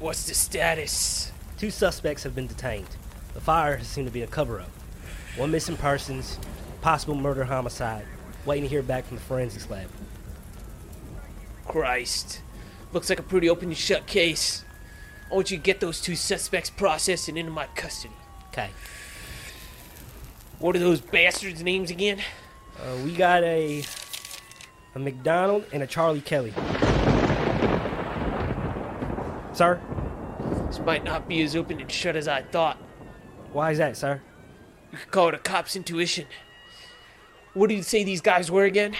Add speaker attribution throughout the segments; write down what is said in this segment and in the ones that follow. Speaker 1: What's the status?
Speaker 2: Two suspects have been detained. The fire has seemed to be a cover up. One missing persons, possible murder homicide, waiting to hear back from the forensics lab.
Speaker 1: Christ. Looks like a pretty open and shut case. I want you to get those two suspects processed and into my custody.
Speaker 2: Okay.
Speaker 1: What are those bastards' names again?
Speaker 2: Uh, we got a a McDonald and a Charlie Kelly. Sir,
Speaker 1: This might not be as open and shut as I thought.
Speaker 2: why is that, sir?
Speaker 1: You could call it a cop's intuition. What do you say these guys were again?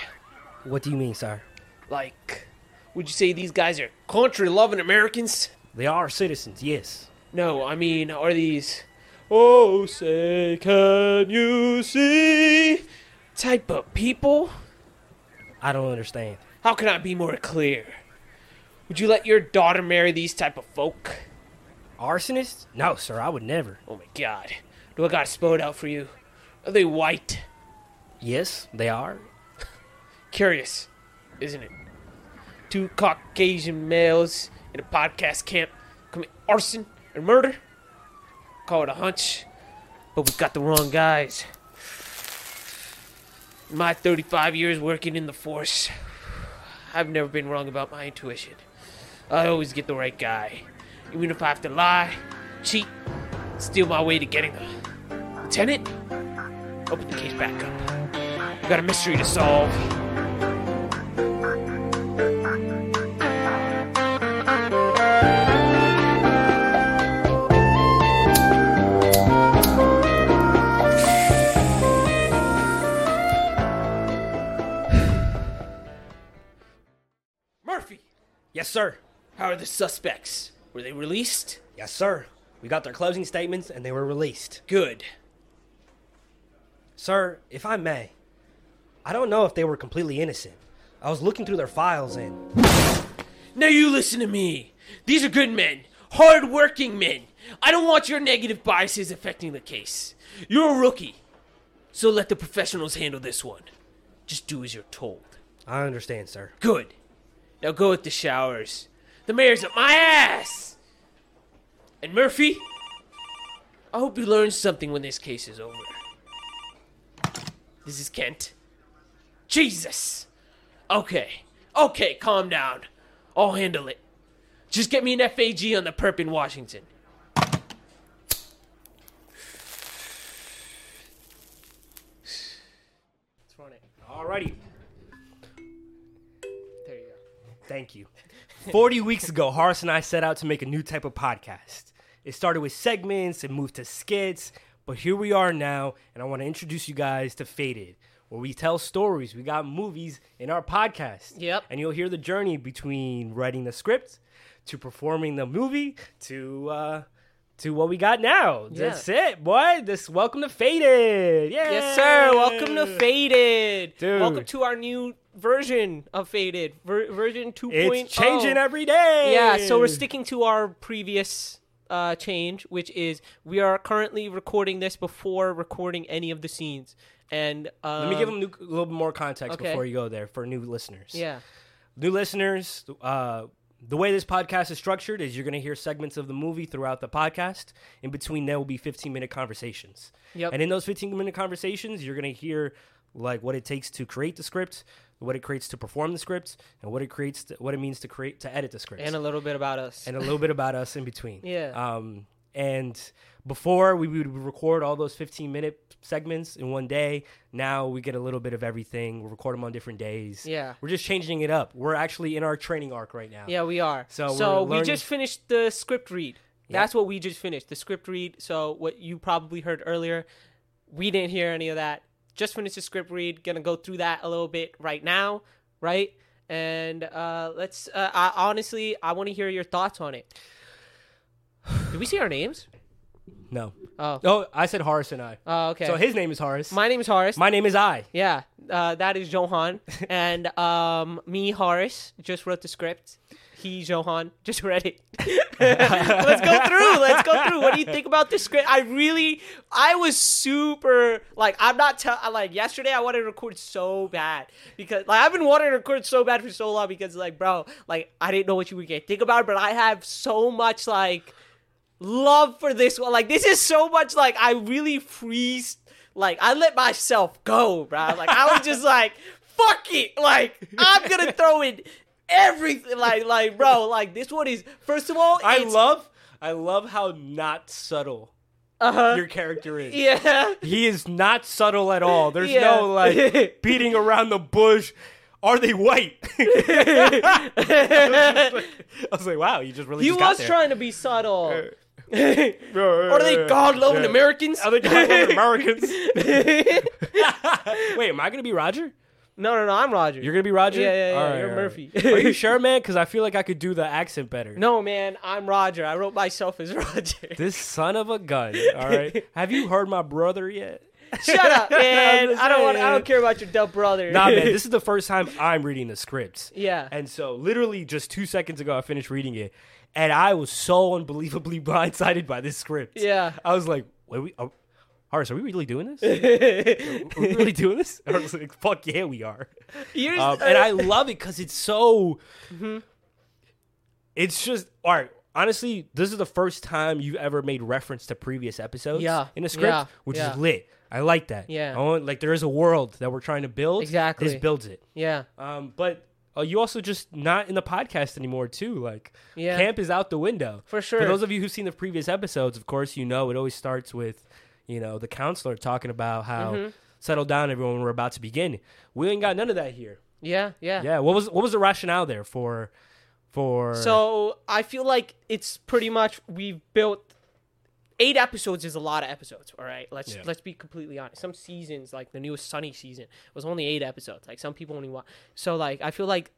Speaker 2: What do you mean, sir?
Speaker 1: Like, would you say these guys are country loving Americans?
Speaker 2: They are citizens, yes.
Speaker 1: No, I mean, are these. Oh, say, can you see? Type of people?
Speaker 2: I don't understand.
Speaker 1: How can I be more clear? Would you let your daughter marry these type of folk?
Speaker 2: Arsonists? No, sir, I would never.
Speaker 1: Oh my god. Do I gotta spell it out for you? Are they white?
Speaker 2: Yes, they are.
Speaker 1: Curious, isn't it? Two Caucasian males in a podcast camp commit arson and murder? Call it a hunch, but we got the wrong guys. In my 35 years working in the force, I've never been wrong about my intuition. I always get the right guy, even if I have to lie, cheat, steal my way to getting them. Lieutenant, open the case back up. We got a mystery to solve. Murphy,
Speaker 2: Yes, sir.
Speaker 1: how are the suspects? Were they released?
Speaker 2: Yes, sir. We got their closing statements and they were released.
Speaker 1: Good.
Speaker 2: Sir, if I may, I don't know if they were completely innocent. I was looking through their files and.
Speaker 1: Now you listen to me. These are good men, hard-working men. I don't want your negative biases affecting the case. You're a rookie, so let the professionals handle this one. Just do as you're told.
Speaker 2: I understand, sir.
Speaker 1: Good. Now go with the showers. The mayor's up my ass. And Murphy, I hope you learned something when this case is over. This is Kent. Jesus. Okay. Okay, calm down. I'll handle it. Just get me an FAG on the perp in Washington.
Speaker 2: Let's run it. Alrighty.
Speaker 1: There you go.
Speaker 2: Thank you. 40 weeks ago, Horace and I set out to make a new type of podcast. It started with segments and moved to skits, but here we are now, and I want to introduce you guys to Faded, where we tell stories. We got movies in our podcast.
Speaker 1: Yep.
Speaker 2: And you'll hear the journey between writing the script to performing the movie to uh to what we got now.
Speaker 1: Yeah.
Speaker 2: That's it, boy. This welcome to Faded. Yeah.
Speaker 1: Yes, sir. Welcome to Faded.
Speaker 2: Dude.
Speaker 1: Welcome to our new version of Faded, ver- version 2.0.
Speaker 2: It's changing every day.
Speaker 1: oh. Yeah, so we're sticking to our previous uh, change, which is we are currently recording this before recording any of the scenes. And um,
Speaker 2: Let me give them new, a little bit more context
Speaker 1: Okay.
Speaker 2: before you go there for new listeners.
Speaker 1: Yeah.
Speaker 2: New listeners, uh, the way this podcast is structured is you're going to hear segments of the movie throughout the podcast. In between, there will be 15 minute conversations.
Speaker 1: Yep.
Speaker 2: And in those 15 minute conversations, you're going to hear like what it takes to create the script, what it creates to perform the script, and what it creates, to, what it means to create to edit the script,
Speaker 1: And a little bit about us.
Speaker 2: and a little bit about us in between.
Speaker 1: Yeah.
Speaker 2: Um, and before we would record all those 15 minute segments in one day. Now we get a little bit of everything. We record them on different days.
Speaker 1: Yeah.
Speaker 2: We're just changing it up. We're actually in our training arc right now.
Speaker 1: yeah, we are.
Speaker 2: So we're
Speaker 1: so we
Speaker 2: learning-
Speaker 1: just finished the script read. That's what we just finished the script read. So what you probably heard earlier, we didn't hear any of that. Just finished the script read. Gonna go through that a little bit right now, right? And uh, let's. Uh, I, honestly, I want to hear your thoughts on it. Did we see our names?
Speaker 2: No.
Speaker 1: Oh.
Speaker 2: Oh, I said Horace and I.
Speaker 1: Oh, okay.
Speaker 2: So his name is Horace.
Speaker 1: my name is Horace.
Speaker 2: My name is I.
Speaker 1: yeah, uh, that is Johan, and um, me, Horace, just wrote the script. he Johan just read it. let's go through. Let's go through. What do you think about this script? I really, I was super like I'm not tell I, like yesterday. I wanted to record so bad because like I've been wanting to record so bad for so long because like bro, like I didn't know what you were gonna think about, it, but I have so much like love for this one. Like this is so much like I really freeze. Like I let myself go, bro. Like I was just like, fuck it. Like I'm gonna throw in everything. Like like bro. Like this one is first of all.
Speaker 2: I
Speaker 1: it's-
Speaker 2: love I love how not subtle
Speaker 1: Uh-huh.
Speaker 2: your character is.
Speaker 1: Yeah.
Speaker 2: He is not subtle at all. There's
Speaker 1: Yeah.
Speaker 2: no like beating around the bush. Are they white? I, was just like, I was like, wow, you just really
Speaker 1: He
Speaker 2: just got
Speaker 1: was
Speaker 2: there.
Speaker 1: trying to be subtle. Are
Speaker 2: Are
Speaker 1: they God loving Americans?
Speaker 2: Are they God-loving Americans? Wait, am I gonna be Roger?
Speaker 1: no, no, no. I'm Roger.
Speaker 2: You're gonna be Roger?
Speaker 1: Yeah, yeah, yeah,
Speaker 2: All right,
Speaker 1: you're
Speaker 2: all
Speaker 1: Murphy.
Speaker 2: right. Are you sure, man? Because I feel like I could do the accent better.
Speaker 1: no, man. I'm Roger. I wrote myself as Roger.
Speaker 2: This son of a gun. All right. Have you heard my brother yet?
Speaker 1: Shut up,
Speaker 2: I'm
Speaker 1: man.
Speaker 2: just
Speaker 1: I don't want. I
Speaker 2: saying.
Speaker 1: don't care about your dumb brother.
Speaker 2: Nah, man. This is the first time I'm reading the script.
Speaker 1: Yeah.
Speaker 2: And so, literally, just two seconds ago, I finished reading it, and I was so unbelievably blindsided by this script.
Speaker 1: Yeah.
Speaker 2: I was like, "Wait, we, are, Horace, are we really doing this? are we really doing this?" And I was like, "Fuck yeah, we are."
Speaker 1: You're-
Speaker 2: Um, and I love it because it's so.
Speaker 1: Mm-hmm.
Speaker 2: It's just all right. Honestly, this is the first time you've ever made reference to previous episodes
Speaker 1: Yeah,
Speaker 2: in a script,
Speaker 1: yeah,
Speaker 2: which
Speaker 1: yeah.
Speaker 2: is lit. I like that.
Speaker 1: Yeah.
Speaker 2: I want, like there is a world that we're trying to build.
Speaker 1: Exactly.
Speaker 2: This builds it.
Speaker 1: yeah.
Speaker 2: Um, but uh, you also just not in the podcast anymore too. Like
Speaker 1: Yeah.
Speaker 2: camp is out the window
Speaker 1: For sure.
Speaker 2: For those of you who've seen the previous episodes, of course, you know it always starts with you know the counselor talking about how
Speaker 1: Mm-hmm.
Speaker 2: settle down, everyone. We're about to begin. We ain't got none of that here.
Speaker 1: Yeah. Yeah.
Speaker 2: Yeah. What was what was the rationale there for for
Speaker 1: So I feel like it's pretty much we've built eight episodes is a lot of episodes. All right, let's
Speaker 2: Yeah.
Speaker 1: let's be completely honest. Some seasons, like the newest Sunny season, was only eight episodes. Like some people only watch. So like I feel like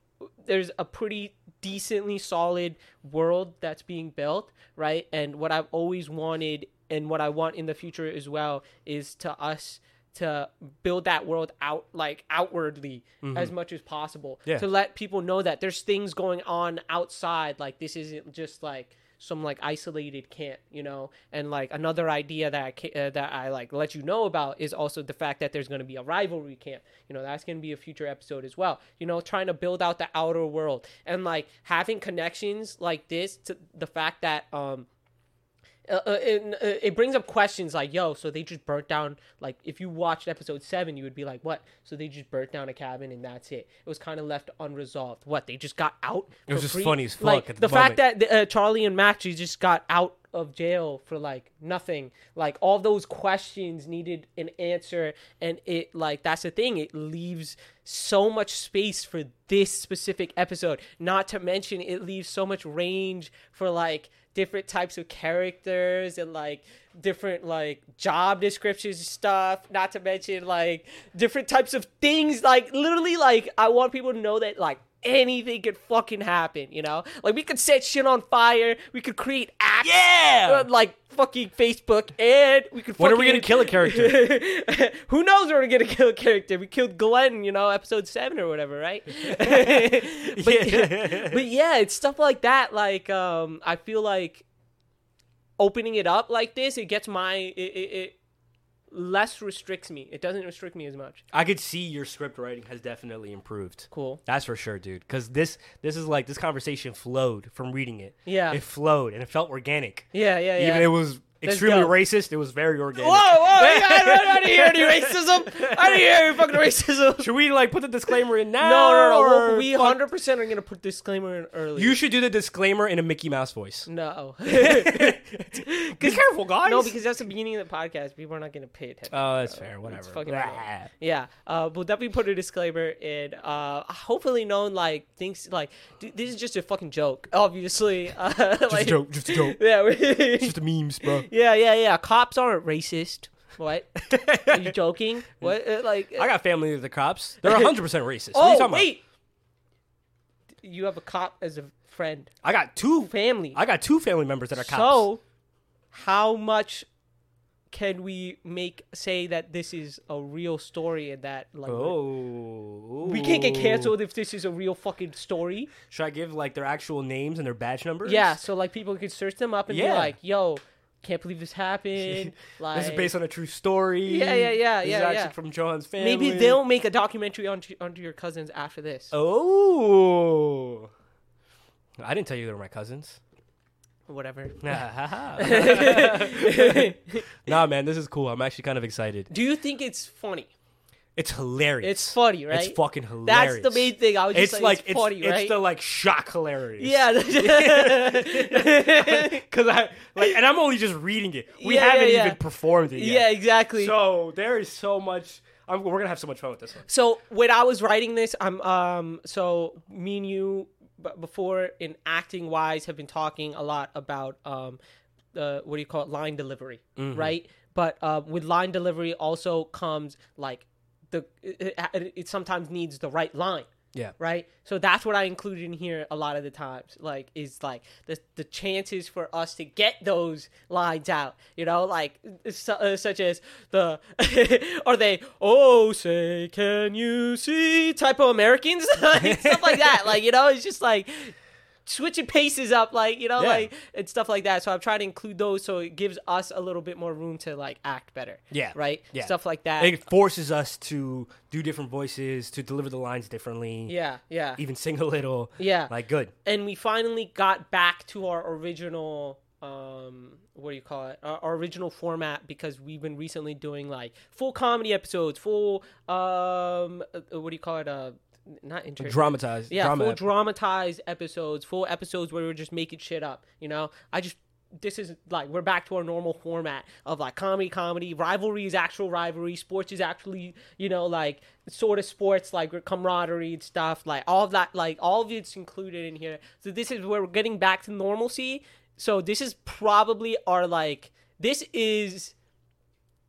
Speaker 1: there's a pretty decently solid world that's being built, right? And what I've always wanted and what I want in the future as well is to us to build that world out like outwardly as much as possible
Speaker 2: Yeah.
Speaker 1: to let people know that there's things going on outside like this isn't just like some like isolated camp you know and like another idea that I ca- uh, that I like let you know about is also the fact that there's going to be a rivalry camp you know that's going to be a future episode as well you know trying to build out the outer world and like having connections like this to the fact that um uh, uh, it, uh, it brings up questions like, yo, so they just burnt down, like, if you watched episode seven, you would be like, what? So they just burnt down a cabin and that's it. It was kind of left unresolved. What? They just got out? It
Speaker 2: was just funny as fuck
Speaker 1: Like,
Speaker 2: at
Speaker 1: the
Speaker 2: the
Speaker 1: fact that uh, Charlie and Max you just got out of jail for like nothing. Like, all those questions needed an answer. And it, like, that's the thing. It leaves so much space for this specific episode. Not to mention, it leaves so much range for, like, different types of characters and like different like job descriptions and stuff not to mention like different types of things like literally like i want people to know that like anything could fucking happen you know like we could set shit on fire we could create apps
Speaker 2: Yeah!
Speaker 1: uh, like fucking facebook and we could
Speaker 2: when are we
Speaker 1: fucking-
Speaker 2: gonna kill a character?
Speaker 1: who knows where we're gonna kill a character? We killed Glenn, you know, episode seven or whatever, right? but,
Speaker 2: Yeah.
Speaker 1: but yeah, it's stuff like that. Like, um, I feel like opening it up like this, it gets my it, it, it less restricts me. It doesn't restrict me as much.
Speaker 2: I could see your script writing has definitely improved.
Speaker 1: Cool.
Speaker 2: That's for sure, dude. Because this this is like this conversation flowed from reading it.
Speaker 1: Yeah.
Speaker 2: it flowed and it felt organic.
Speaker 1: Yeah, yeah, yeah.
Speaker 2: Even it was extremely
Speaker 1: dope.
Speaker 2: racist. It was very organic.
Speaker 1: whoa, whoa! I, don't, I don't hear any racism. I don't hear any fucking racism.
Speaker 2: Should we like put the disclaimer in now?
Speaker 1: No, no, no.
Speaker 2: or
Speaker 1: we- We
Speaker 2: fuck-
Speaker 1: hundred percent are gonna put disclaimer in early.
Speaker 2: You should do the disclaimer in a Mickey Mouse voice.
Speaker 1: no.
Speaker 2: Be careful, guys.
Speaker 1: No, because that's the beginning of the podcast. People are not going to pay attention.
Speaker 2: oh, that's fair. Whatever.
Speaker 1: fucking
Speaker 2: Blah.
Speaker 1: irrelevant. yeah, uh, we'll definitely put a disclaimer in. Uh, hopefully, known like things like d- this is just a fucking joke. Obviously, uh,
Speaker 2: Just a joke. Just a joke.
Speaker 1: Yeah, we-
Speaker 2: just the memes, bro.
Speaker 1: yeah, yeah, yeah. Cops aren't racist. What? are you joking? What? Uh, like,
Speaker 2: I got family of the cops. They're 100 percent racist. what are you
Speaker 1: oh
Speaker 2: talking
Speaker 1: wait, you have a cop as a friend,
Speaker 2: about? I got two.
Speaker 1: family.
Speaker 2: I got two family members that are cops.
Speaker 1: So, how much can we make say that this is a real story and that like
Speaker 2: Oh.
Speaker 1: we can't get canceled if this is a real fucking story?
Speaker 2: Should I give like their actual names and their badge numbers?
Speaker 1: Yeah, so like people could search them up and
Speaker 2: Yeah.
Speaker 1: be like, "Yo, can't believe this happened." like
Speaker 2: This is based on a true story.
Speaker 1: Yeah, yeah, yeah,
Speaker 2: This
Speaker 1: yeah,
Speaker 2: is actually
Speaker 1: yeah.
Speaker 2: from John's family.
Speaker 1: maybe they'll make a documentary onto onto your cousins after this.
Speaker 2: Oh. I didn't tell you they were my cousins.
Speaker 1: Whatever.
Speaker 2: nah, man, this is cool. I'm actually kind of excited.
Speaker 1: Do you think it's funny?
Speaker 2: It's hilarious.
Speaker 1: It's funny, right?
Speaker 2: It's fucking
Speaker 1: That's
Speaker 2: hilarious.
Speaker 1: the main thing. I was just
Speaker 2: It's like
Speaker 1: it's funny,
Speaker 2: it's,
Speaker 1: right?
Speaker 2: the like shock hilarious.
Speaker 1: yeah.
Speaker 2: Cause I like, and I'm only just reading it. We
Speaker 1: Yeah, yeah,
Speaker 2: haven't
Speaker 1: yeah.
Speaker 2: even performed it
Speaker 1: Yeah,
Speaker 2: yet.
Speaker 1: exactly. So,
Speaker 2: So there is so much. I'm, we're gonna have so much fun with this one.
Speaker 1: when I was writing this, I'm um so me and you b- before in acting wise have been talking a lot about um the what do you call it line delivery, right? But uh, with line delivery also comes like the it, it, it sometimes needs the right line.
Speaker 2: Yeah.
Speaker 1: right? So that's what I include in here a lot of the times. Like is like the the chances for us to get those lines out. You know, like su- uh, such as the are they oh say can you see type of Americans like, stuff like that. Like you know, it's just like switching paces up like you know
Speaker 2: Yeah.
Speaker 1: like and stuff like that so i'm trying to include those so it gives us a little bit more room to like act better
Speaker 2: Yeah.
Speaker 1: right
Speaker 2: Yeah.
Speaker 1: stuff like that
Speaker 2: It forces us to do different voices, to deliver the lines differently.
Speaker 1: yeah yeah
Speaker 2: Even sing a little.
Speaker 1: yeah
Speaker 2: Like good.
Speaker 1: and we finally got back to our original um what do you call it our, our original format because we've been recently doing like full comedy episodes full um uh, what do you call it uh not inter-
Speaker 2: Dramatized.
Speaker 1: yeah
Speaker 2: Drama.
Speaker 1: full dramatized episodes full episodes where we're just making shit up you know i just this is like we're back to our normal format of like comedy comedy rivalry is actual rivalry sports is actually you know like sort of sports like camaraderie and stuff like all of that like all of it's included in here so this is where we're getting back to normalcy so this is probably our like this is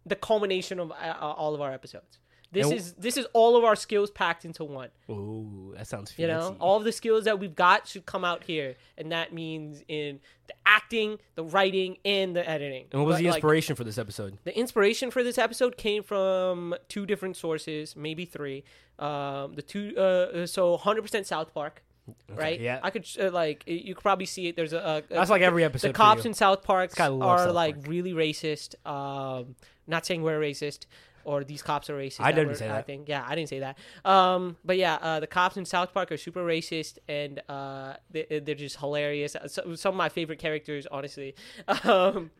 Speaker 1: the culmination of uh, uh, all of our episodes this
Speaker 2: And-
Speaker 1: is this is all of our skills packed into one
Speaker 2: Ooh, that sounds fancy.
Speaker 1: you know, all of the skills that we've got should come out here, and that means in the acting, the writing, and the editing.
Speaker 2: and what was
Speaker 1: But,
Speaker 2: E the
Speaker 1: like,
Speaker 2: inspiration for this episode?
Speaker 1: the inspiration for this episode came from two different sources, maybe three. Um, the two, uh, so 100% South Park, right?
Speaker 2: yeah.
Speaker 1: I could uh, like y- you could probably see it. There's a, a
Speaker 2: That's like every episode
Speaker 1: The
Speaker 2: for
Speaker 1: cops
Speaker 2: you.
Speaker 1: in South Park
Speaker 2: gotta
Speaker 1: are
Speaker 2: love South
Speaker 1: like
Speaker 2: Park.
Speaker 1: really racist. Um, not saying we're racist. Or these cops are racist.
Speaker 2: I
Speaker 1: that
Speaker 2: didn't
Speaker 1: we're
Speaker 2: say that.
Speaker 1: acting. Yeah, I didn't say that. Um, but yeah, uh, the cops in South Park are super racist, and uh, they, they're just hilarious. Uh, So, some of my favorite characters, honestly. Um,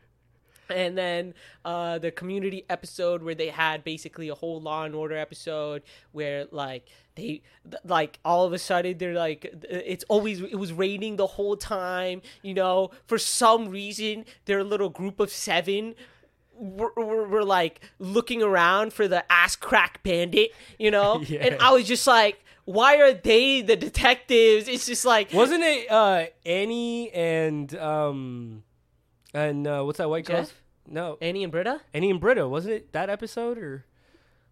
Speaker 1: and then uh, the community episode where they had basically a whole law and order episode where like they th- like all of a sudden they're like th- it's always it was raining the whole time you know for some reason their little group of seven were, were, were like looking around for the ass crack bandit you know
Speaker 2: Yeah.
Speaker 1: and i was just like why are they the detectives it's just like
Speaker 2: Wasn't it uh, Annie and um and uh, what's that white girl?
Speaker 1: Jeff?
Speaker 2: No,
Speaker 1: annie and britta
Speaker 2: Annie and Britta. Wasn't it that episode or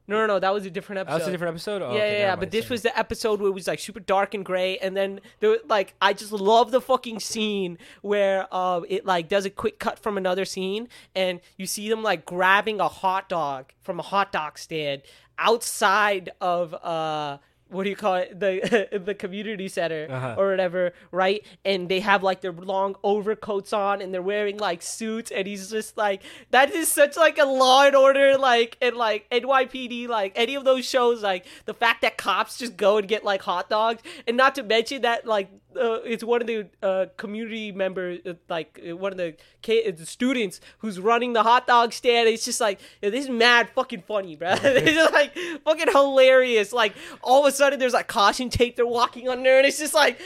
Speaker 1: no no no that was a different episode
Speaker 2: that was a different episode? Oh,
Speaker 1: yeah,
Speaker 2: okay,
Speaker 1: yeah,
Speaker 2: never
Speaker 1: yeah.
Speaker 2: mind,
Speaker 1: But this
Speaker 2: sorry.
Speaker 1: was the episode where it was like super dark and gray, and then there was, like I just love the fucking scene where uh, it like does a quick cut from another scene, and you see them like grabbing a hot dog from a hot dog stand outside of uh. What do you call it? The the community center
Speaker 2: Uh-huh.
Speaker 1: or whatever, right? And they have like their long overcoats on, and they're wearing like suits. And he's just like, that is such like a Law and Order, like and like NYPD, like any of those shows. Like the fact that cops just go and get like hot dogs, and not to mention that like uh, it's one of the uh, community members, uh, like uh, one of the ki- uh, the students who's running the hot dog stand. It's just like yeah, this is mad fucking funny, bro. this is like fucking hilarious. Like all of a sudden there's like caution tape they're walking under, and it's just like,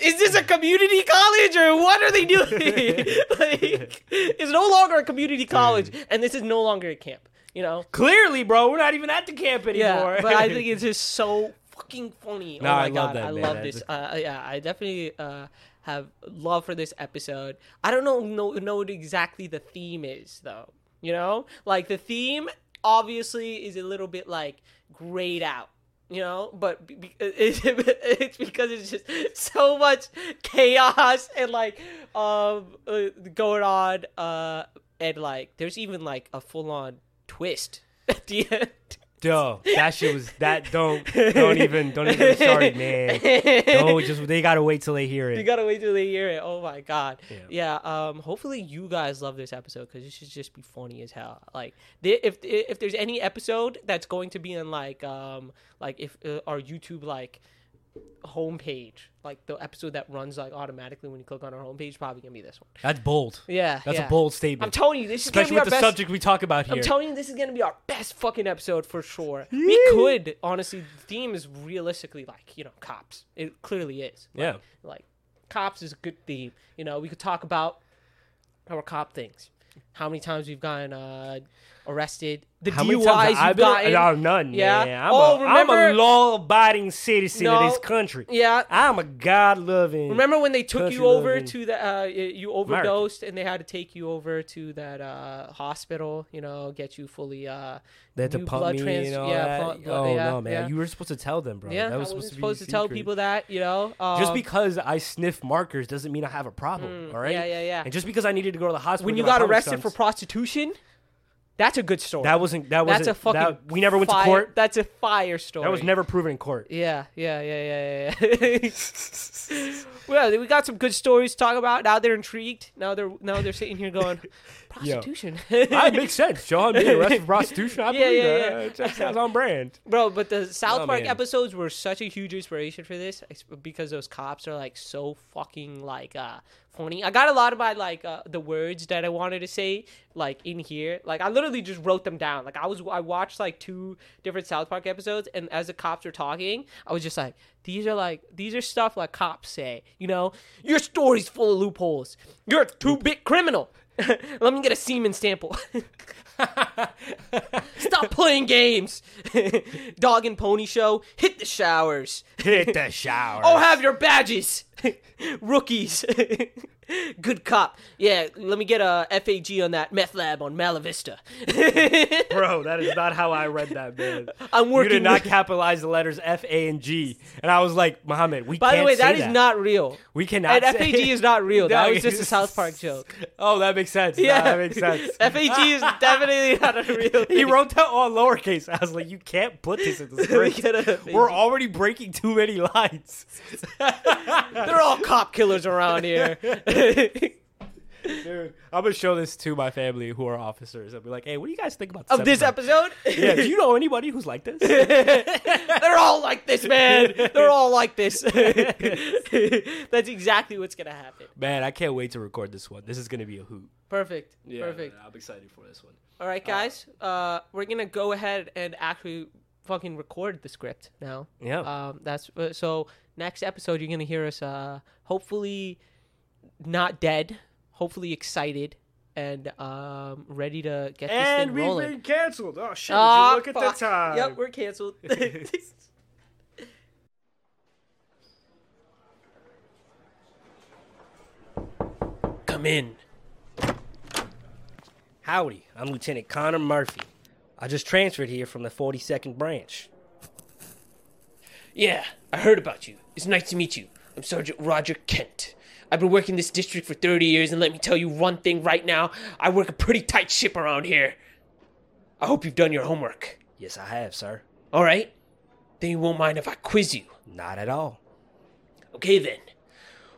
Speaker 1: is this a community college or what are they doing? like it's no longer a community college, and this is no longer a camp. You know?
Speaker 2: clearly, bro. We're not even at the camp anymore.
Speaker 1: Yeah, but I think it's just so fucking funny.
Speaker 2: No,
Speaker 1: oh
Speaker 2: I
Speaker 1: my
Speaker 2: love
Speaker 1: god,
Speaker 2: that,
Speaker 1: I
Speaker 2: man.
Speaker 1: love
Speaker 2: That's
Speaker 1: this. Uh, yeah, I definitely uh, have love for this episode. I don't know know, know what exactly the theme is though. You know, like the theme obviously is a little bit like grayed out. You know, but be- be- it's it's because it's just so much chaos and like um uh, going on. Uh, and like there's even like a full on twist at the end.
Speaker 2: Duh, that shit was that. Don't don't even don't even get started, man. No, just they gotta wait till they hear
Speaker 1: You
Speaker 2: it.
Speaker 1: gotta wait till they hear it. Oh my god. Yeah.
Speaker 2: Yeah.
Speaker 1: um. Hopefully you guys love this episode because this should just be funny as hell. Like, the- if if there's any episode that's going to be on like um like if uh, our YouTube like homepage, like the episode that runs like automatically when you click on our homepage, probably gonna be this one.
Speaker 2: That's bold.
Speaker 1: Yeah.
Speaker 2: That's
Speaker 1: yeah.
Speaker 2: a bold
Speaker 1: I'm
Speaker 2: statement,
Speaker 1: telling you, this is
Speaker 2: especially
Speaker 1: gonna
Speaker 2: with
Speaker 1: be
Speaker 2: the
Speaker 1: our best.
Speaker 2: subject we talk about here.
Speaker 1: I'm telling you, this is gonna be our best fucking episode for sure. We
Speaker 2: Yeah.
Speaker 1: could honestly, the theme is realistically like you know cops. It clearly is. Like,
Speaker 2: Yeah.
Speaker 1: like cops is a good theme. You know, we could talk about our cop things. How many times we've gotten uh, arrested? The
Speaker 2: How many
Speaker 1: DUIs
Speaker 2: times have I
Speaker 1: you've
Speaker 2: been-
Speaker 1: gotten?
Speaker 2: No, none.
Speaker 1: Yeah.
Speaker 2: Yeah. I'm,
Speaker 1: Oh,
Speaker 2: a, I'm
Speaker 1: remember-
Speaker 2: a law-abiding citizen
Speaker 1: No.
Speaker 2: of this country.
Speaker 1: Yeah.
Speaker 2: I'm a God-loving.
Speaker 1: Remember when they took
Speaker 2: Country
Speaker 1: you over
Speaker 2: living.
Speaker 1: to the uh, you overdosed and they had to take you over to that uh, hospital? You know, get you fully uh,
Speaker 2: They had to
Speaker 1: new
Speaker 2: pump
Speaker 1: blood
Speaker 2: me
Speaker 1: trans-
Speaker 2: and all
Speaker 1: yeah,
Speaker 2: that.
Speaker 1: blood- blood-
Speaker 2: oh
Speaker 1: yeah,
Speaker 2: no, man!
Speaker 1: yeah.
Speaker 2: You were supposed to tell them, bro.
Speaker 1: yeah.
Speaker 2: that was
Speaker 1: I wasn't
Speaker 2: supposed to be
Speaker 1: supposed
Speaker 2: the
Speaker 1: to tell
Speaker 2: secret.
Speaker 1: people that you know um,
Speaker 2: Just because I sniff markers doesn't mean I have a problem. all right.
Speaker 1: Mm, yeah, yeah, yeah.
Speaker 2: And just because I needed to go to the hospital
Speaker 1: when
Speaker 2: to
Speaker 1: you
Speaker 2: get my
Speaker 1: got
Speaker 2: power
Speaker 1: arrested for
Speaker 2: stunts,
Speaker 1: prostitution, that's a good story.
Speaker 2: that wasn't that wasn't
Speaker 1: that's a fucking.
Speaker 2: that- we never went
Speaker 1: fire-
Speaker 2: to court.
Speaker 1: That's a fire story.
Speaker 2: That was never proven in court.
Speaker 1: Yeah, yeah, yeah, yeah, yeah. yeah. well, we got some good stories to talk about. Now they're intrigued. Now they're now they're sitting here going, prostitution.
Speaker 2: Ah, it makes sense. John being arrested for prostitution. I
Speaker 1: Yeah,
Speaker 2: believe
Speaker 1: yeah,
Speaker 2: that.
Speaker 1: yeah.
Speaker 2: That sounds on brand.
Speaker 1: Bro, but the South
Speaker 2: Oh,
Speaker 1: Park
Speaker 2: man.
Speaker 1: episodes were such a huge inspiration for this ex- because those cops are like so fucking like uh funny. I got a lot of my like uh, the words that I wanted to say like in here. Like I literally just wrote them down. Like I was I watched like two different South Park episodes and as the cops were talking, I was just like these are like these are stuff like cops say, you know? Your story's full of loopholes. You're a
Speaker 2: Mm.
Speaker 1: two-bit criminal. Let me get a semen sample. Stop playing games. Dog and pony show. Hit the showers.
Speaker 2: Hit the shower.
Speaker 1: Oh, have your badges. Rookies. Good cop. Yeah, let me get a FAG on that meth lab on Malavista.
Speaker 2: Bro, that is not how I read that, man.
Speaker 1: I'm
Speaker 2: You
Speaker 1: working.
Speaker 2: did not
Speaker 1: with-
Speaker 2: capitalize the letters F, A, and G, and I was like, Muhammad, we.
Speaker 1: By
Speaker 2: can't
Speaker 1: the way,
Speaker 2: say
Speaker 1: that is not real.
Speaker 2: We cannot.
Speaker 1: And
Speaker 2: say-
Speaker 1: FAG is not real. That
Speaker 2: No,
Speaker 1: was just a
Speaker 2: it's-
Speaker 1: South Park joke.
Speaker 2: Oh, that makes sense. Yeah,
Speaker 1: Yeah,
Speaker 2: that makes sense.
Speaker 1: FAG is definitely not a real.
Speaker 2: he
Speaker 1: thing.
Speaker 2: wrote that all lowercase. I was like, you can't put this in the script.
Speaker 1: get a-
Speaker 2: We're already breaking too many lines.
Speaker 1: They're all cop killers around here.
Speaker 2: Dude, I'm gonna show this to my family who are officers. I'll be like, hey, what do you guys think about this
Speaker 1: of this episode?
Speaker 2: Yeah, do you know anybody who's like this?
Speaker 1: They're all like this, man. They're all like this. That's exactly what's gonna happen.
Speaker 2: Man, I can't wait to record this one. This is gonna be a hoot.
Speaker 1: Perfect. Perfect.
Speaker 2: I'm excited for this one.
Speaker 1: All right, guys. Uh, we're gonna go ahead and actually fucking record the script now.
Speaker 2: Yeah.
Speaker 1: Um, that's uh, so. Next episode, you're gonna hear us. Uh, hopefully, not dead. Hopefully, excited and um, ready to get this thing rolling.
Speaker 2: canceled. Oh shit!
Speaker 1: Ah, fuck. Yep, we're canceled.
Speaker 2: Come in. Howdy, I'm Lieutenant Connor Murphy. I just transferred here from the 42nd branch.
Speaker 1: Yeah, I heard about you. It's nice to meet you. I'm Sergeant Roger Kent. I've been working this district for 30 years, and let me tell you one thing right now I work a pretty tight ship around here. I hope you've done your homework.
Speaker 2: Yes, I have, sir.
Speaker 1: All right? Then you won't mind if I quiz you.
Speaker 2: Not at all.
Speaker 1: Okay then.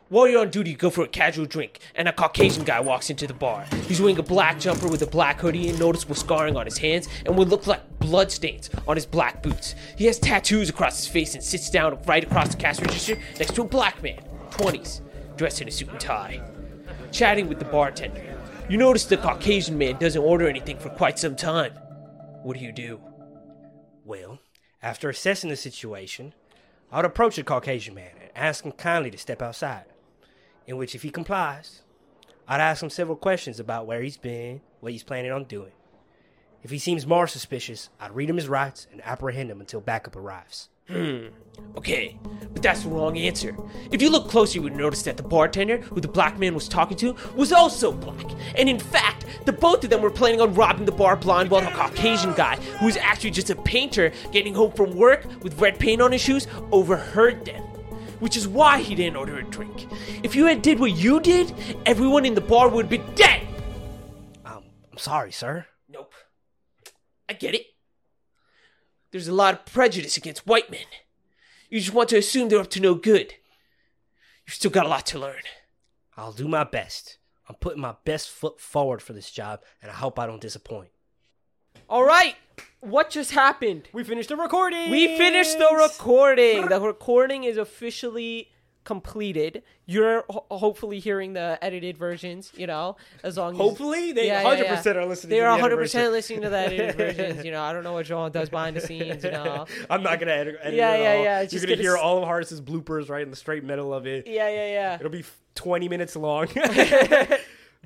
Speaker 1: While you're on duty, you go for a casual drink, and a Caucasian guy walks into the bar. He's wearing a black jumper with a black hoodie and noticeable scarring on his hands, and what look like blood stains on his black boots. He has tattoos across his face and sits down right across the cash register next to a black man, 20s, dressed in a suit and tie chatting with the bartender. You notice the Caucasian man doesn't order anything for quite some time. What do you do?
Speaker 2: Well, after assessing the situation, I would approach the Caucasian man and ask him kindly to step outside. In which, if he complies, I'd ask him several questions about where he's been, what he's planning on doing. If he seems more suspicious, I'd read him his rights and apprehend him until backup arrives.
Speaker 1: Okay, but that's the wrong answer. If you look closer, you would notice that the bartender who the black man was talking to was also black. And in fact, the both of them were planning on robbing the bar blind while the Caucasian guy, who is actually just a painter getting home from work with red paint on his shoes, overheard them. Which is why he didn't order a drink. If you had did what you did, everyone in the bar would be dead.
Speaker 2: I'm Um, I'm sorry, sir.
Speaker 1: Nope. I get it. There's a lot of prejudice against white men. You just want to assume they're up to no good. You've still got a lot to learn.
Speaker 2: I'll do my best. I'm putting my best foot forward for this job, and I hope I don't disappoint.
Speaker 1: All right. What just happened?
Speaker 2: We finished the recording.
Speaker 1: We finished the recording. The recording is officially completed. You're ho- hopefully hearing the edited versions, you know, as long as
Speaker 2: Hopefully, they
Speaker 1: Yeah, yeah,
Speaker 2: 100%
Speaker 1: yeah.
Speaker 2: are listening.
Speaker 1: They
Speaker 2: to
Speaker 1: are
Speaker 2: the
Speaker 1: 100
Speaker 2: edited
Speaker 1: percent
Speaker 2: version.
Speaker 1: listening to the edited versions. You know, I don't know what Joel does behind the scenes. You know,
Speaker 2: I'm not gonna edit. edit
Speaker 1: Yeah,
Speaker 2: it at
Speaker 1: yeah,
Speaker 2: all.
Speaker 1: yeah, it's
Speaker 2: You're
Speaker 1: just
Speaker 2: gonna
Speaker 1: gonna
Speaker 2: hear
Speaker 1: s-
Speaker 2: all of Horace's bloopers right in the straight middle of it.
Speaker 1: yeah, yeah,
Speaker 2: It'll be f- 20 minutes long.
Speaker 1: yeah.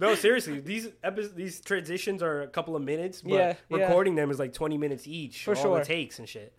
Speaker 2: no, seriously, these episodes, these transitions are a couple of minutes, but
Speaker 1: Yeah, yeah.
Speaker 2: recording them is like 20 minutes each
Speaker 1: For
Speaker 2: all
Speaker 1: sure.
Speaker 2: the takes and shit.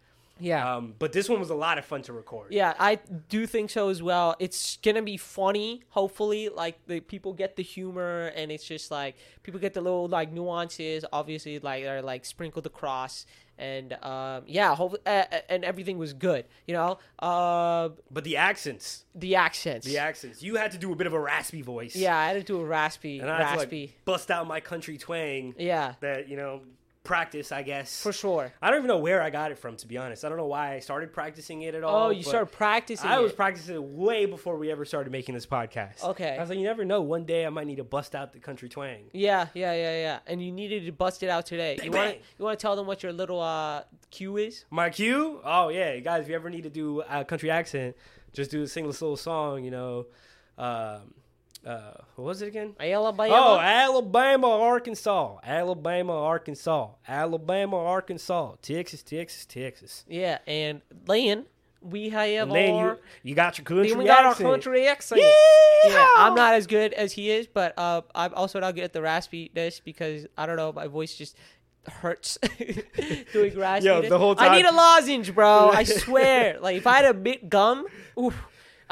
Speaker 1: yeah.
Speaker 2: Um, but this one was a lot of fun to record.
Speaker 1: Yeah, I do think so as well. It's gonna be funny, hopefully. Like the people get the humor, and it's just like people get the little like nuances. Obviously, like are like sprinkled across, and um, yeah, hopefully, uh, and everything was good. You know, uh,
Speaker 2: But the accents,
Speaker 1: the accents.
Speaker 2: the accents, you had to do a bit of a raspy voice.
Speaker 1: yeah, I had to do a raspy,
Speaker 2: and I had to
Speaker 1: raspy.
Speaker 2: like bust out my country twang
Speaker 1: yeah,
Speaker 2: that you know practice, I guess.
Speaker 1: for sure.
Speaker 2: I don't even know where I got it from, to be honest. I don't know why I started practicing it at all.
Speaker 1: Oh, you
Speaker 2: but
Speaker 1: start practicing.
Speaker 2: I was
Speaker 1: it.
Speaker 2: practicing it way before we ever started making this podcast.
Speaker 1: Okay.
Speaker 2: I was like, you never know. One day I might need to bust out the country twang.
Speaker 1: Yeah, yeah, yeah, yeah. And you needed to bust it out today. you want
Speaker 2: bang.
Speaker 1: you want to tell them what your little uh cue is?
Speaker 2: My cue? Oh, yeah. Guys, if you ever need to do a country accent, just do sing this little song, you know. Um, uh, what was it again?
Speaker 1: Ayala
Speaker 2: Oh,
Speaker 1: Bayala.
Speaker 2: Alabama, Arkansas. Alabama, Arkansas. Alabama, Arkansas. Texas, Texas, Texas.
Speaker 1: Yeah, and then we have
Speaker 2: And then
Speaker 1: our
Speaker 2: you, you got your country
Speaker 1: then we got
Speaker 2: accent.
Speaker 1: our country accent. Yeah, I'm not as good as he is, but uh, I'm also not good at the raspiness because I don't know, my voice just hurts doing raspiness.
Speaker 2: the whole
Speaker 1: I need a
Speaker 2: time-
Speaker 1: lozenge, bro. I swear. like if I had a mint gum, oof,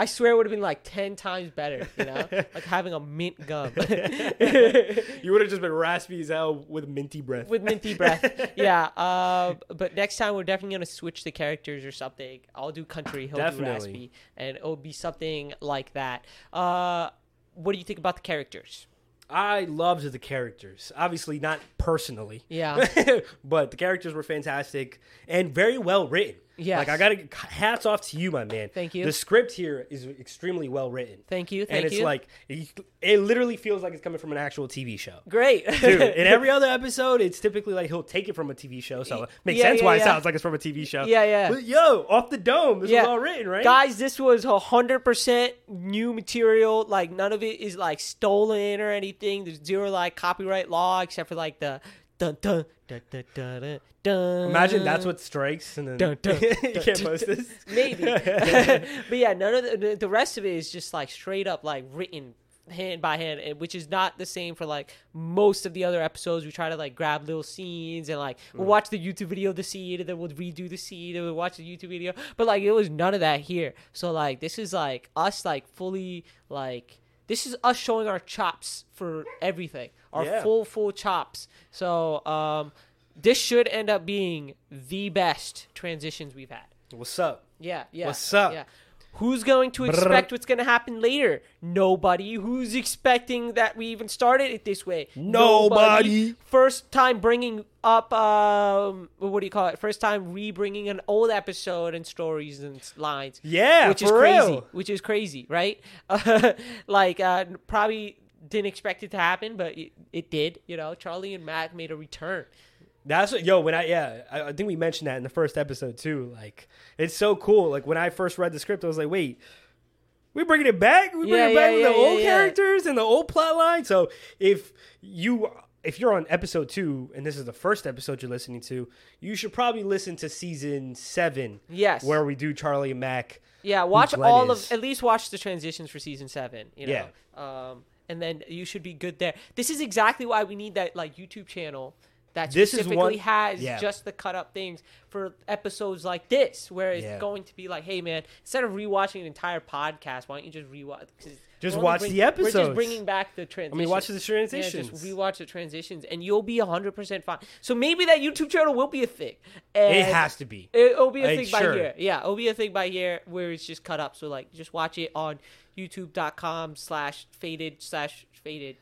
Speaker 1: I swear it would have been like ten times better. You know, like having a mint gum.
Speaker 2: you would have just been raspy as hell with minty breath.
Speaker 1: with minty breath. Yeah. Um, but next time we're definitely gonna switch the characters or something. I'll do country. He'll
Speaker 2: Definitely.
Speaker 1: do raspy, and it'll be something like that. Uh, what do you think about the characters?
Speaker 2: I loved the characters. Obviously, not personally.
Speaker 1: Yeah.
Speaker 2: but the characters were fantastic and very well written.
Speaker 1: Yes.
Speaker 2: Like, I got to hats off to you, my man.
Speaker 1: Thank you.
Speaker 2: The script here is extremely well written.
Speaker 1: Thank you. Thank
Speaker 2: and it's
Speaker 1: you.
Speaker 2: like, it it literally feels like it's coming from an actual TV show.
Speaker 1: great.
Speaker 2: Dude, in every other episode, it's typically like he'll take it from a TV show, so it makes
Speaker 1: Yeah,
Speaker 2: sense
Speaker 1: yeah,
Speaker 2: why
Speaker 1: yeah.
Speaker 2: it sounds like it's from a TV show.
Speaker 1: Yeah, yeah.
Speaker 2: But yo, off the dome, this
Speaker 1: Yeah.
Speaker 2: was all written, right?
Speaker 1: Guys, this was hundred percent new material. Like none of it is like stolen or anything. There's zero like copyright law except for like the dun dun dun dun dun dun. dun.
Speaker 2: Imagine that's what strikes, and then
Speaker 1: Dun, dun,
Speaker 2: you
Speaker 1: dun,
Speaker 2: can't
Speaker 1: dun,
Speaker 2: post
Speaker 1: dun.
Speaker 2: this.
Speaker 1: maybe but yeah none of the- the, the rest of it is just like straight up like written hand by hand and which is not the same for like most of the other episodes we try to like grab little scenes and like we'll watch the youtube video of the scene and then we'll redo the scene and we'll watch the youtube video but like it was none of that here so like this is like us like fully like this is us showing our chops for everything our
Speaker 2: Yeah.
Speaker 1: full full chops so um this should end up being the best transitions we've had
Speaker 2: What's up?
Speaker 1: yeah, yeah.
Speaker 2: What's up?
Speaker 1: Yeah. Who's going to expect what's going to happen later? Nobody. Who's expecting that we even started it this way?
Speaker 2: Nobody.
Speaker 1: First time bringing up um what do you call it? First time re-bringing an old episode and stories and s- lines.
Speaker 2: Yeah,
Speaker 1: which is
Speaker 2: for
Speaker 1: crazy.
Speaker 2: real.
Speaker 1: Which is crazy, right? like uh probably didn't expect it to happen, but it, it did, you know. Charlie and Mac made a return.
Speaker 2: That's what, yo, when I, yeah, I, I think we mentioned that in the first episode too. Like, it's so cool. Like, when I first read the script, I was like, wait, we bringing it back? We bringing
Speaker 1: Yeah,
Speaker 2: it back
Speaker 1: yeah,
Speaker 2: with
Speaker 1: yeah,
Speaker 2: the
Speaker 1: yeah,
Speaker 2: old
Speaker 1: yeah.
Speaker 2: characters and the old plot line? So, if you, if you're on episode two and this is the first episode you're listening to, you should probably listen to season seven.
Speaker 1: Yes.
Speaker 2: Where we do Charlie and Mac.
Speaker 1: Yeah, watch
Speaker 2: Glenn
Speaker 1: all
Speaker 2: is.
Speaker 1: of at least watch the transitions for season seven. You know, um, and then you should be good there. This is exactly why we need that like YouTube channel that
Speaker 2: This is
Speaker 1: specifically
Speaker 2: one-
Speaker 1: has
Speaker 2: yeah.
Speaker 1: just the cut up things for episodes like this, where it's
Speaker 2: Yeah.
Speaker 1: going to be like, hey man, instead of rewatching an entire podcast, why don't you just rewatch? 'cause
Speaker 2: Just
Speaker 1: we're only
Speaker 2: watch the
Speaker 1: We're just
Speaker 2: episodes.
Speaker 1: bringing back the transitions.
Speaker 2: watch the
Speaker 1: Yeah,
Speaker 2: transitions.
Speaker 1: just rewatch the transitions, and you'll be hundred percent fine. So maybe that YouTube channel will be a thing. And
Speaker 2: It has to be.
Speaker 1: It'll be a
Speaker 2: Like,
Speaker 1: thing by
Speaker 2: sure.
Speaker 1: year. Yeah, it'll be a thing by year where it's just cut up. So like, just watch it on YouTube.com slash faded slash faded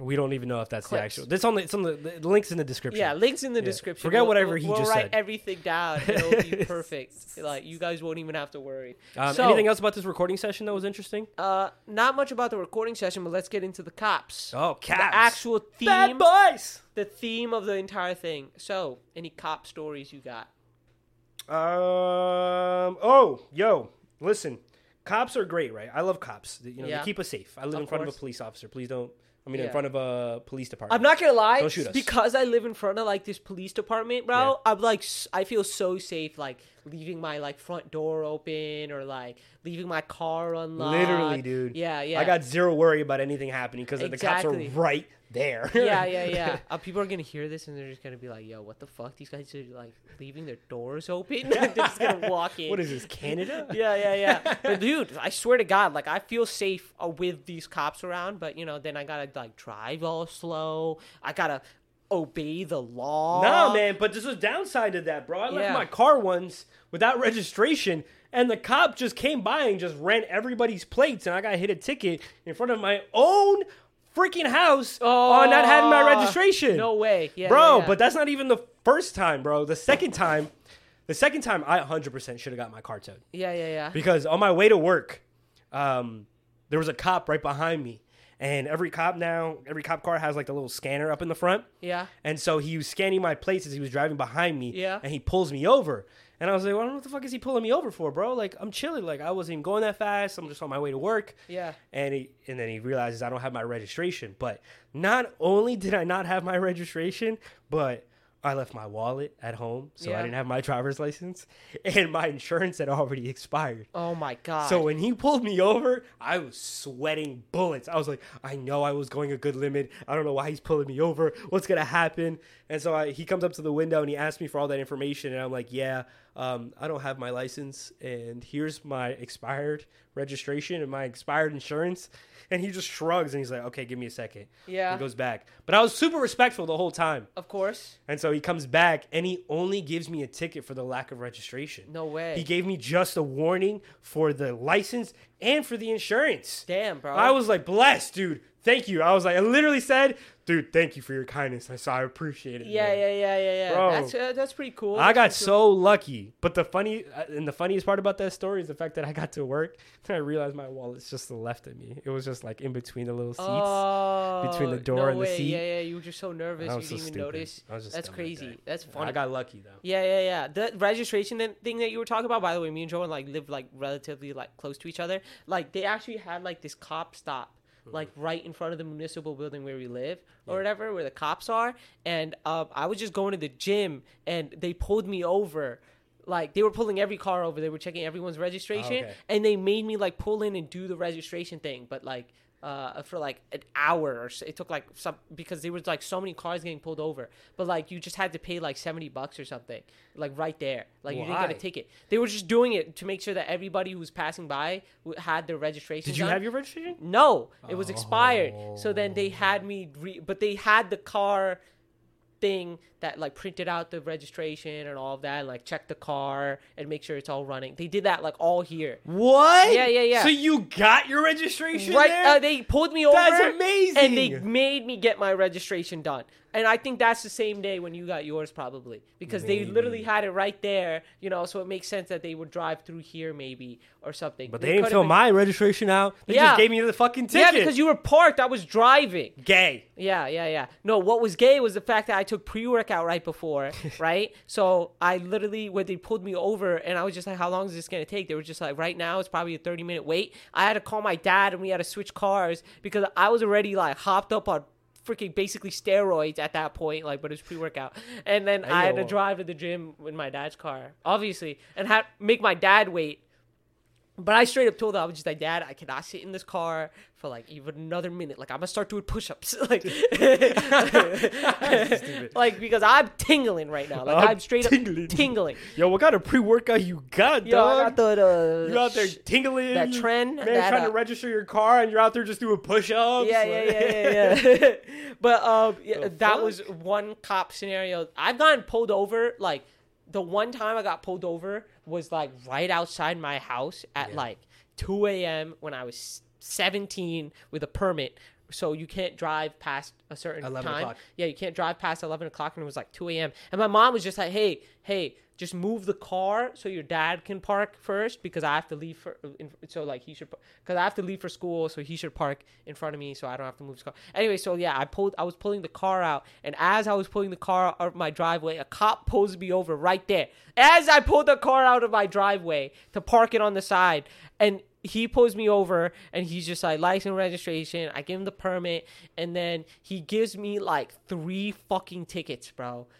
Speaker 2: We don't even know if that's the
Speaker 1: Clips.
Speaker 2: actual. That's on the. It's on the, the links in the description.
Speaker 1: Yeah, links in the
Speaker 2: Yeah.
Speaker 1: description.
Speaker 2: Forget
Speaker 1: We'll-
Speaker 2: whatever
Speaker 1: we'll-
Speaker 2: he
Speaker 1: we'll
Speaker 2: just
Speaker 1: write
Speaker 2: said.
Speaker 1: everything down. It'll be perfect. like you guys won't even have to worry.
Speaker 2: Um,
Speaker 1: So-
Speaker 2: anything else about this recording session that was interesting?
Speaker 1: Uh, not much about the recording session, but let's get into the cops.
Speaker 2: Oh,
Speaker 1: The
Speaker 2: cats.
Speaker 1: actual
Speaker 2: bad
Speaker 1: theme,
Speaker 2: boys.
Speaker 1: the theme of the entire thing. So, any cop stories you got?
Speaker 2: Um. Oh, yo, listen. Cops are great, right? I love cops. You know,
Speaker 1: Yeah.
Speaker 2: they keep us safe. I live
Speaker 1: Of
Speaker 2: in front of
Speaker 1: course.
Speaker 2: a police officer. Please don't. I mean, in
Speaker 1: Yeah.
Speaker 2: front of a police department.
Speaker 1: I'm not gonna lie,
Speaker 2: Don't shoot us.
Speaker 1: because I live in front of like this police department, bro. I'm like, s- I feel so safe, like leaving my like front door open or like leaving my car unlocked.
Speaker 2: Literally, dude.
Speaker 1: Yeah, yeah.
Speaker 2: I got zero worry about anything happening because the
Speaker 1: Exactly.
Speaker 2: cops are right there.
Speaker 1: yeah, yeah, yeah. Uh, people are gonna hear this and they're just gonna be like, "Yo, what the fuck? These guys are like leaving their doors open. they're just gonna walk in."
Speaker 2: What is this, Canada?
Speaker 1: Yeah, yeah, yeah. But dude, I swear to God, like I feel safe uh, with these cops around. But you know, then I gotta like drive all slow. I gotta obey the law.
Speaker 2: Nah, man, but there's a downside to that, bro. I left
Speaker 1: Uh, Yeah.
Speaker 2: my car once without registration, and the cop just came by and just ran everybody's plates, and I got hit a ticket in front of my own freaking house on not having my
Speaker 1: Oh,
Speaker 2: registration.
Speaker 1: No way, yeah,
Speaker 2: bro,
Speaker 1: yeah, yeah.
Speaker 2: but that's not even the first time, bro. The second time, the second time, I 100% should have got my car towed.
Speaker 1: yeah, yeah, yeah.
Speaker 2: because on my way to work, um, there was a cop right behind me, and every cop now, every cop car has like the little scanner up in the front.
Speaker 1: Yeah.
Speaker 2: And so he was scanning my plates as he was driving behind me.
Speaker 1: Yeah.
Speaker 2: And he pulls me over, and I was like, "Well, I don't know what the fuck is he pulling me over for, bro? Like, I'm chilling. Like, I wasn't even going that fast. I'm just on my way to work."
Speaker 1: Yeah.
Speaker 2: And he and then he realizes I don't have my registration. But not only did I not have my registration, but I left my wallet at home, so I
Speaker 1: Yeah.
Speaker 2: didn't have my driver's license, and my insurance had already expired.
Speaker 1: Oh my God.
Speaker 2: So when he pulled me over, I was sweating bullets. I was like, I know I was going a good limit. I don't know why he's pulling me over. What's gonna happen? And so I, he comes up to the window and he asks me for all that information, and I'm like, Yeah, um, I don't have my license, and here's my expired registration and my expired insurance. And he just shrugs and he's like, Okay, give me a second.
Speaker 1: Yeah.
Speaker 2: He goes back, but I was super respectful the whole time.
Speaker 1: of course,
Speaker 2: And so he comes back and he only gives me a ticket for the lack of registration.
Speaker 1: No way.
Speaker 2: He gave me just a warning for the license and for the insurance.
Speaker 1: damn, bro.
Speaker 2: I was like, blessed, dude. Thank you. I was like, I literally said, dude, thank you for your kindness. I saw, I appreciate it.
Speaker 1: Yeah,
Speaker 2: man."
Speaker 1: yeah, yeah, yeah, yeah.
Speaker 2: Bro.
Speaker 1: That's uh, that's pretty cool.
Speaker 2: I got
Speaker 1: That's pretty
Speaker 2: so lucky, but the funny uh, and the funniest part about that story is the fact that I got to work and I realized my wallet's just to the left of me. It was just like in between the little seats.
Speaker 1: cool. Oh,
Speaker 2: between the door
Speaker 1: no
Speaker 2: and the
Speaker 1: way.
Speaker 2: seat.
Speaker 1: Yeah, yeah. You were just so nervous.
Speaker 2: I
Speaker 1: You
Speaker 2: was so
Speaker 1: didn't even
Speaker 2: stupid.
Speaker 1: notice.
Speaker 2: I was just
Speaker 1: That's
Speaker 2: dumb that
Speaker 1: crazy.
Speaker 2: day.
Speaker 1: That's funny.
Speaker 2: I got lucky though.
Speaker 1: Yeah, yeah, yeah. The registration and- thing that you were talking about, by the way, me and Joan like live like relatively like close to each other. Like they actually had like this cop stop
Speaker 2: Mm-hmm.
Speaker 1: like right in front of the municipal building where we live or whatever, where the cops are. And um, I was just going to the gym, and they pulled me over. Like they were pulling every car over, they were checking everyone's registration,
Speaker 2: okay.
Speaker 1: and they made me like pull in and do the registration thing, but like. Uh, for like an hour or so. it took like some because there was like so many cars getting pulled over, but like you just had to pay like seventy bucks or something, like right there, like you didn't get
Speaker 2: Why?
Speaker 1: a ticket. They were just doing it to make sure that everybody who was passing by w- had their registration.
Speaker 2: Did you have your registration?
Speaker 1: No, it was expired. So then
Speaker 2: Oh.
Speaker 1: they had me, re- but they had the car thing that like printed out the registration and all of that, and, like checked the car and make sure it's all running. They did that like all here.
Speaker 2: What?
Speaker 1: Yeah, yeah, yeah.
Speaker 2: So you got your registration
Speaker 1: Right,
Speaker 2: there?
Speaker 1: uh, they pulled me over.
Speaker 2: That's
Speaker 1: And they
Speaker 2: amazing.
Speaker 1: made me get my registration done. And I think that's the same day when you got yours, probably, because they literally had it right there. You know, so it makes sense that they would drive through here, maybe, or something.
Speaker 2: but they didn't
Speaker 1: could've
Speaker 2: fill
Speaker 1: been-
Speaker 2: my registration out. They
Speaker 1: Yeah.
Speaker 2: just gave me the fucking
Speaker 1: Yeah,
Speaker 2: ticket.
Speaker 1: because you were parked. I was driving.
Speaker 2: gay.
Speaker 1: Yeah, yeah, yeah. No, what was gay was the fact that I took pre workout right before, right? So I literally, when they pulled me over, and I was just like, how long is this going to take? They were just like, right now, it's probably a 30 minute wait. I had to call my dad and we had to switch cars because I was already like hopped up on freaking basically steroids at that point, like, but it was pre workout. And then I had to
Speaker 2: Ayo.
Speaker 1: drive to the gym in my dad's car, obviously, and had, make my dad wait but I straight up told her, I was just like, Dad, I cannot sit in this car for like even another minute. Like I'm gonna start doing push-ups, like, like because I'm tingling right now. Like
Speaker 2: I'm
Speaker 1: I'm, straight
Speaker 2: tingling.
Speaker 1: up tingling.
Speaker 2: Yo, what kind of pre workout you got,
Speaker 1: Yo, I got
Speaker 2: dog?
Speaker 1: the, the
Speaker 2: you out there
Speaker 1: sh-
Speaker 2: tingling.
Speaker 1: that trend,
Speaker 2: Man,
Speaker 1: that,
Speaker 2: trying to
Speaker 1: uh,
Speaker 2: register your car and you're out there just doing push ups.
Speaker 1: Yeah, yeah, yeah, yeah, yeah. but um, yeah,
Speaker 2: The
Speaker 1: that
Speaker 2: fuck?
Speaker 1: was one cop scenario. I've gotten pulled over. Like the one time I got pulled over was like right outside my house at like 2 a.m. when I was 17 with a permit. so you can't drive past a certain
Speaker 2: 11
Speaker 1: time.
Speaker 2: o'clock.
Speaker 1: Yeah, you can't drive past 11 o'clock, and it was like 2 a.m. And my mom was just like, hey, hey, just move the car so your dad can park first because I have to leave for, in, so like he should, because I have to leave for school, so he should park in front of me so I don't have to move his car. Anyway, so yeah, I pulled, I was pulling the car out, and as I was pulling the car out of my driveway, a cop pulls me over right there. As I pulled the car out of my driveway to park it on the side, and he pulls me over and he's just like license registration. I give him the permit and then he gives me like three fucking tickets, bro.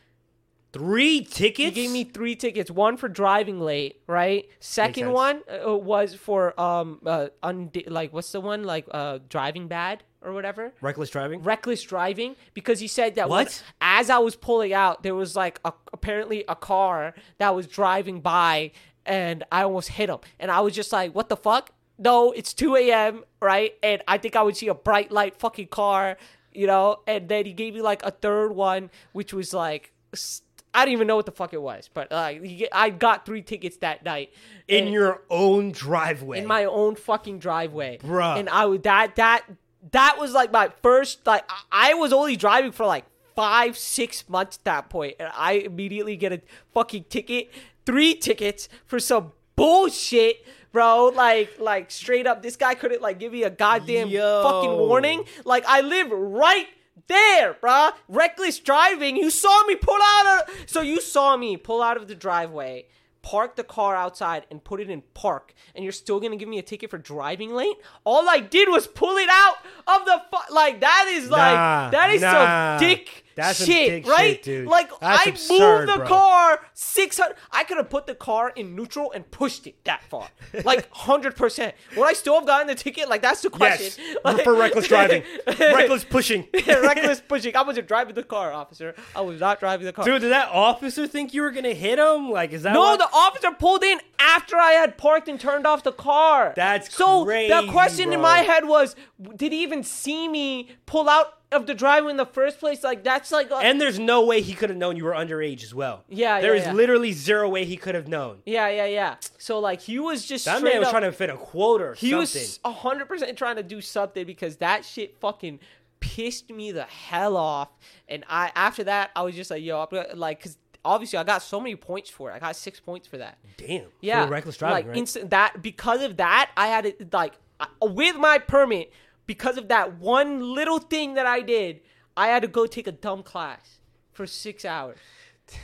Speaker 2: Three tickets.
Speaker 1: He gave me three tickets. One for driving late, right? Second
Speaker 2: sense.
Speaker 1: one uh, was for um uh und- like what's the one like uh driving bad or whatever
Speaker 2: reckless driving.
Speaker 1: reckless driving because he said that when-
Speaker 2: What?
Speaker 1: as I was pulling out, there was like a, apparently a car that was driving by, and I almost hit him. And I was just like, "What the fuck? No, it's two a.m. right?" And I think I would see a bright light fucking car, you know. And then he gave me like a third one, which was like. St- I don't even know what the fuck it was, but like he get- I got three tickets that night
Speaker 2: in
Speaker 1: And-
Speaker 2: your own driveway.
Speaker 1: in my own fucking driveway,
Speaker 2: Bruh.
Speaker 1: And I would that that that was like my first like I- I was only driving for like five six months at that point, and I immediately get a fucking ticket, three tickets for some bullshit, bro. Like like straight up, this guy couldn't like give me a goddamn
Speaker 2: Yo.
Speaker 1: fucking warning. Like I live right. There, bruh. Reckless driving. You saw me pull out of. So you saw me pull out of the driveway park the car outside and put it in park and you're still gonna give me a ticket for driving late all i did was pull it out of the fu- like that is like
Speaker 2: Nah,
Speaker 1: that is
Speaker 2: nah.
Speaker 1: some dick
Speaker 2: That's some
Speaker 1: shit
Speaker 2: dick shit,
Speaker 1: right
Speaker 2: dude.
Speaker 1: like
Speaker 2: That's
Speaker 1: i
Speaker 2: absurd,
Speaker 1: moved the
Speaker 2: bro.
Speaker 1: car 600 i could have put the car in neutral and pushed it that far like 100% would i still have gotten the ticket like that's the question
Speaker 2: yes,
Speaker 1: Like-
Speaker 2: for reckless driving, reckless pushing.
Speaker 1: reckless pushing i wasn't driving the car officer i was not driving the car
Speaker 2: Dude, did that officer think you were gonna hit him? Like, is that
Speaker 1: No,
Speaker 2: what-
Speaker 1: the officer pulled in after I had parked and turned off the car.
Speaker 2: That's
Speaker 1: so.
Speaker 2: crazy,
Speaker 1: the question
Speaker 2: bro.
Speaker 1: in my head was, w- did he even see me pull out of the driveway in the first place? Like that's like, a,
Speaker 2: And there's no way he could have known you were underage as well.
Speaker 1: Yeah,
Speaker 2: there
Speaker 1: yeah,
Speaker 2: is
Speaker 1: yeah.
Speaker 2: literally zero way he could have known.
Speaker 1: yeah, yeah, yeah. So like he was just
Speaker 2: That
Speaker 1: straight
Speaker 2: man was
Speaker 1: up,
Speaker 2: trying to fit a quote or
Speaker 1: he
Speaker 2: something.
Speaker 1: was hundred percent trying to do something because that shit fucking pissed me the hell off. And I after that I was just like, yo, I'm gonna- like, cause obviously I got so many points for it. I got six points for that.
Speaker 2: Damn.
Speaker 1: Yeah,
Speaker 2: For reckless driving,
Speaker 1: Like
Speaker 2: right?
Speaker 1: instant that because of that, I had it like I- with my permit because of that one little thing that I did. I had to go take a dumb class for six hours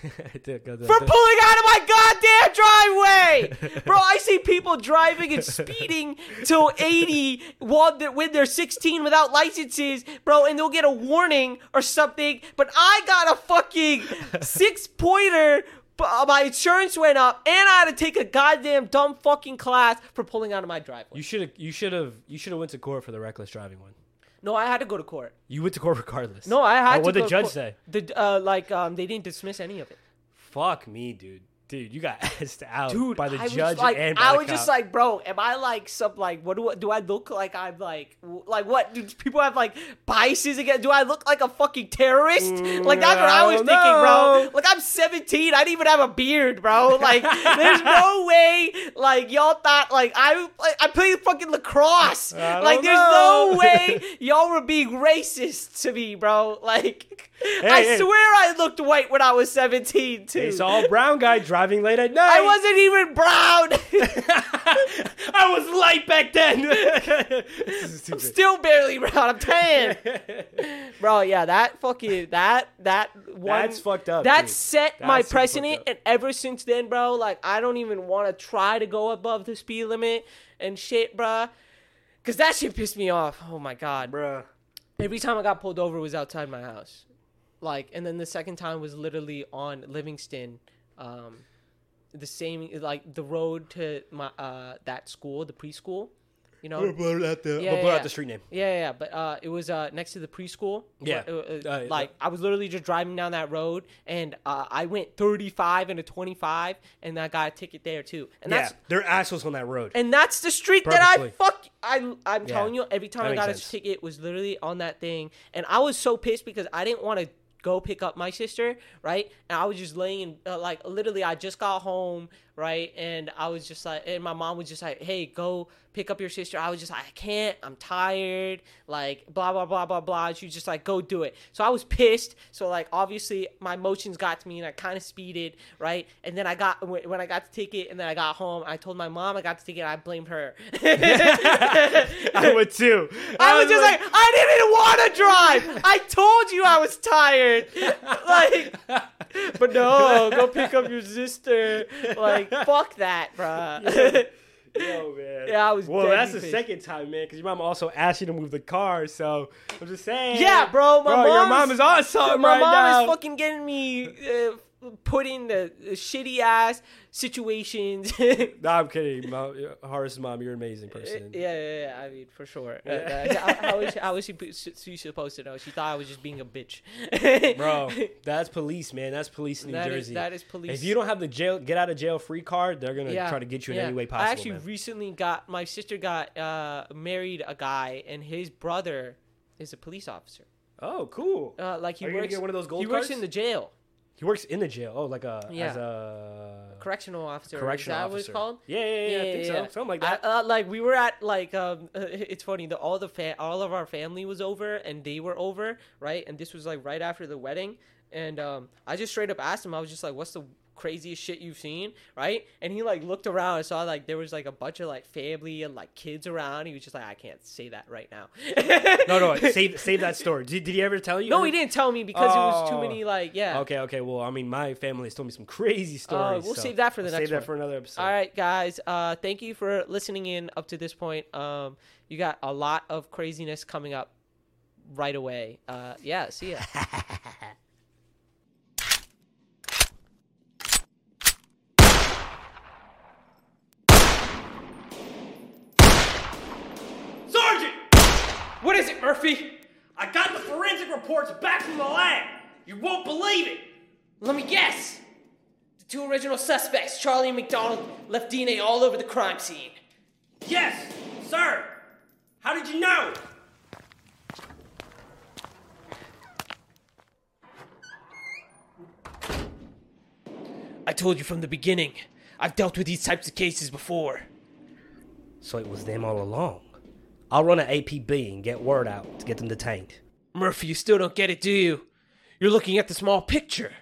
Speaker 1: for pulling out of my goddamn driveway, bro. I see people driving and speeding till eighty while they're, when they're sixteen without licenses, bro, and they'll get a warning or something. But I got a fucking six pointer. My insurance went up, and I had to take a goddamn dumb fucking class for pulling out of my driveway.
Speaker 2: you should have. You should have. You should have went to court for the reckless driving one.
Speaker 1: No, I had to go to court.
Speaker 2: You went to court regardless.
Speaker 1: No, I had to.
Speaker 2: Or What
Speaker 1: go
Speaker 2: did the
Speaker 1: to
Speaker 2: judge
Speaker 1: court.
Speaker 2: say?
Speaker 1: The uh, like um, they didn't dismiss any of it.
Speaker 2: Fuck me, dude. Dude, you got assed out
Speaker 1: dude
Speaker 2: by the
Speaker 1: I
Speaker 2: judge
Speaker 1: was like,
Speaker 2: and by
Speaker 1: I
Speaker 2: the
Speaker 1: was just
Speaker 2: cop.
Speaker 1: like, bro, am I like some like what do I, do I look like? I'm like w- like what? Do people have like biases again? Do I look like a fucking terrorist?
Speaker 2: Mm,
Speaker 1: like that's what I
Speaker 2: I
Speaker 1: was
Speaker 2: don't
Speaker 1: thinking, bro.
Speaker 2: know.
Speaker 1: Like I'm 17, I didn't even have a beard, bro. Like there's no way like y'all thought like I like, I played fucking lacrosse.
Speaker 2: I
Speaker 1: Like
Speaker 2: don't
Speaker 1: there's
Speaker 2: know.
Speaker 1: no way y'all were being racist to me, bro. Like I
Speaker 2: hey.
Speaker 1: swear I looked white when I was 17 too.
Speaker 2: They saw a brown guy driving late at night.
Speaker 1: I wasn't even brown.
Speaker 2: I was light back then. This is stupid.
Speaker 1: Still barely round. I'm tan, bro. Yeah, that fucking that that one.
Speaker 2: That's fucked up,
Speaker 1: That
Speaker 2: dude.
Speaker 1: set
Speaker 2: That's
Speaker 1: my
Speaker 2: super fucked
Speaker 1: precedent,
Speaker 2: up.
Speaker 1: and ever since then, bro, like I don't even want to try to go above the speed limit and shit, bro. Cause that shit pissed me off. Oh my god,
Speaker 2: Bruh.
Speaker 1: every time I got pulled over was outside my house, like, and then the second time was literally on Livingston, um, the same like the road to my uh that school, the preschool, you know.
Speaker 2: Mm-hmm.
Speaker 1: Yeah,
Speaker 2: we'll
Speaker 1: yeah,
Speaker 2: blur
Speaker 1: yeah.
Speaker 2: out the street name.
Speaker 1: Yeah, yeah, yeah, but uh, it was uh, next to the preschool.
Speaker 2: Yeah.
Speaker 1: Uh, uh,
Speaker 2: Uh, yeah.
Speaker 1: like I was literally just driving down that road, and uh, I went 35 and a 25, and I got a ticket there too. And
Speaker 2: Yeah,
Speaker 1: that's
Speaker 2: they're assholes on that road.
Speaker 1: and that's the street that I
Speaker 2: Purposely.
Speaker 1: fuck. I I'm telling you, every time
Speaker 2: that
Speaker 1: I got
Speaker 2: makes
Speaker 1: a
Speaker 2: sense.
Speaker 1: ticket was literally on that thing, and I was so pissed because I didn't want to go pick up my sister, right? And I was just laying, uh, like literally, I just got home. right? And I was just like, and my mom was just like, hey, go pick up your sister. I was just like, I can't. I'm tired. Like, blah, blah, blah, blah, blah. And she was just like, go do it. So I was pissed. So, like, obviously, my emotions got to me and I kind of speeded, right? And then I got, when when I got to take it and then I got home, I told my mom I got to take it. I blamed her.
Speaker 2: I would too.
Speaker 1: I was just like, I didn't even want to drive. I told you I was tired. Like, but no, go pick up your sister. Like, fuck that, bruh.
Speaker 2: Yo, man.
Speaker 1: Yeah, I was
Speaker 2: Well,
Speaker 1: dead
Speaker 2: that's the
Speaker 1: pissed.
Speaker 2: second time, man, because your mom also asked you to move the car. So I'm just saying.
Speaker 1: Yeah, bro, my
Speaker 2: your
Speaker 1: mom's-
Speaker 2: mom is on
Speaker 1: my
Speaker 2: something right
Speaker 1: mom
Speaker 2: now.
Speaker 1: is fucking getting me uh, put in the shitty ass situations. yeah,
Speaker 2: no, I'm kidding. Mom, Horace's mom, you're an amazing person.
Speaker 1: yeah, yeah. I mean, for sure. Uh,
Speaker 2: Yeah.
Speaker 1: uh, how, how is, how is she, she supposed to know? She thought I was just being a bitch,
Speaker 2: Bro, that's police, man. That's police in New
Speaker 1: That is-
Speaker 2: Jersey.
Speaker 1: that is police.
Speaker 2: If you don't have the jail, get out of jail free card, they're gonna try to get you in
Speaker 1: yeah.
Speaker 2: any way possible.
Speaker 1: I actually
Speaker 2: man.
Speaker 1: recently got my sister got uh, married a guy, and his brother is a police officer.
Speaker 2: oh, cool.
Speaker 1: Uh, like he
Speaker 2: Are you gonna
Speaker 1: works
Speaker 2: get one of those gold
Speaker 1: He works
Speaker 2: cards?
Speaker 1: in the jail,
Speaker 2: he works in the jail. Oh, like a
Speaker 1: Yeah.
Speaker 2: as a
Speaker 1: correctional officer.
Speaker 2: correctional
Speaker 1: is that
Speaker 2: officer.
Speaker 1: what it's called?
Speaker 2: Yeah, yeah, yeah. I think so. Something like that.
Speaker 1: I- uh, like we were at like um, it's funny that all the fa- all of our family was over and they were over right, and this was like right after the wedding, and um, I just straight up asked him. I was just like, "What's the craziest shit you've seen?" Right, and he like looked around and saw like there was like a bunch of like family and like kids around. He was just like, "I can't say that right now."
Speaker 2: no, no. Save save that story. Did, did he ever tell you?
Speaker 1: no, he didn't tell me because it was too
Speaker 2: Oh.
Speaker 1: many like yeah. Oh,
Speaker 2: Okay, okay. Well, I mean, my family has told me some crazy stories.
Speaker 1: we'll
Speaker 2: so
Speaker 1: save that for the
Speaker 2: we'll
Speaker 1: next
Speaker 2: Save that
Speaker 1: one.
Speaker 2: for another episode.
Speaker 1: All right, guys. Uh, thank you for listening in up to this point. Um, you got a lot of craziness coming up right away. Uh, yeah, see ya.
Speaker 2: Sergeant,
Speaker 1: what is it, Murphy?
Speaker 2: I got the forensic reports back from the lab. You won't believe it.
Speaker 1: Let me guess. The two original suspects, Charlie and McDonald, left DNA all over the crime scene.
Speaker 2: Yes, sir. How did you know?
Speaker 1: I told you from the beginning. I've dealt with these types of cases before.
Speaker 2: So it was them all along. I'll run an APB and get word out to get them detained.
Speaker 1: Murphy, you still don't get it, do you? You're looking at the small picture.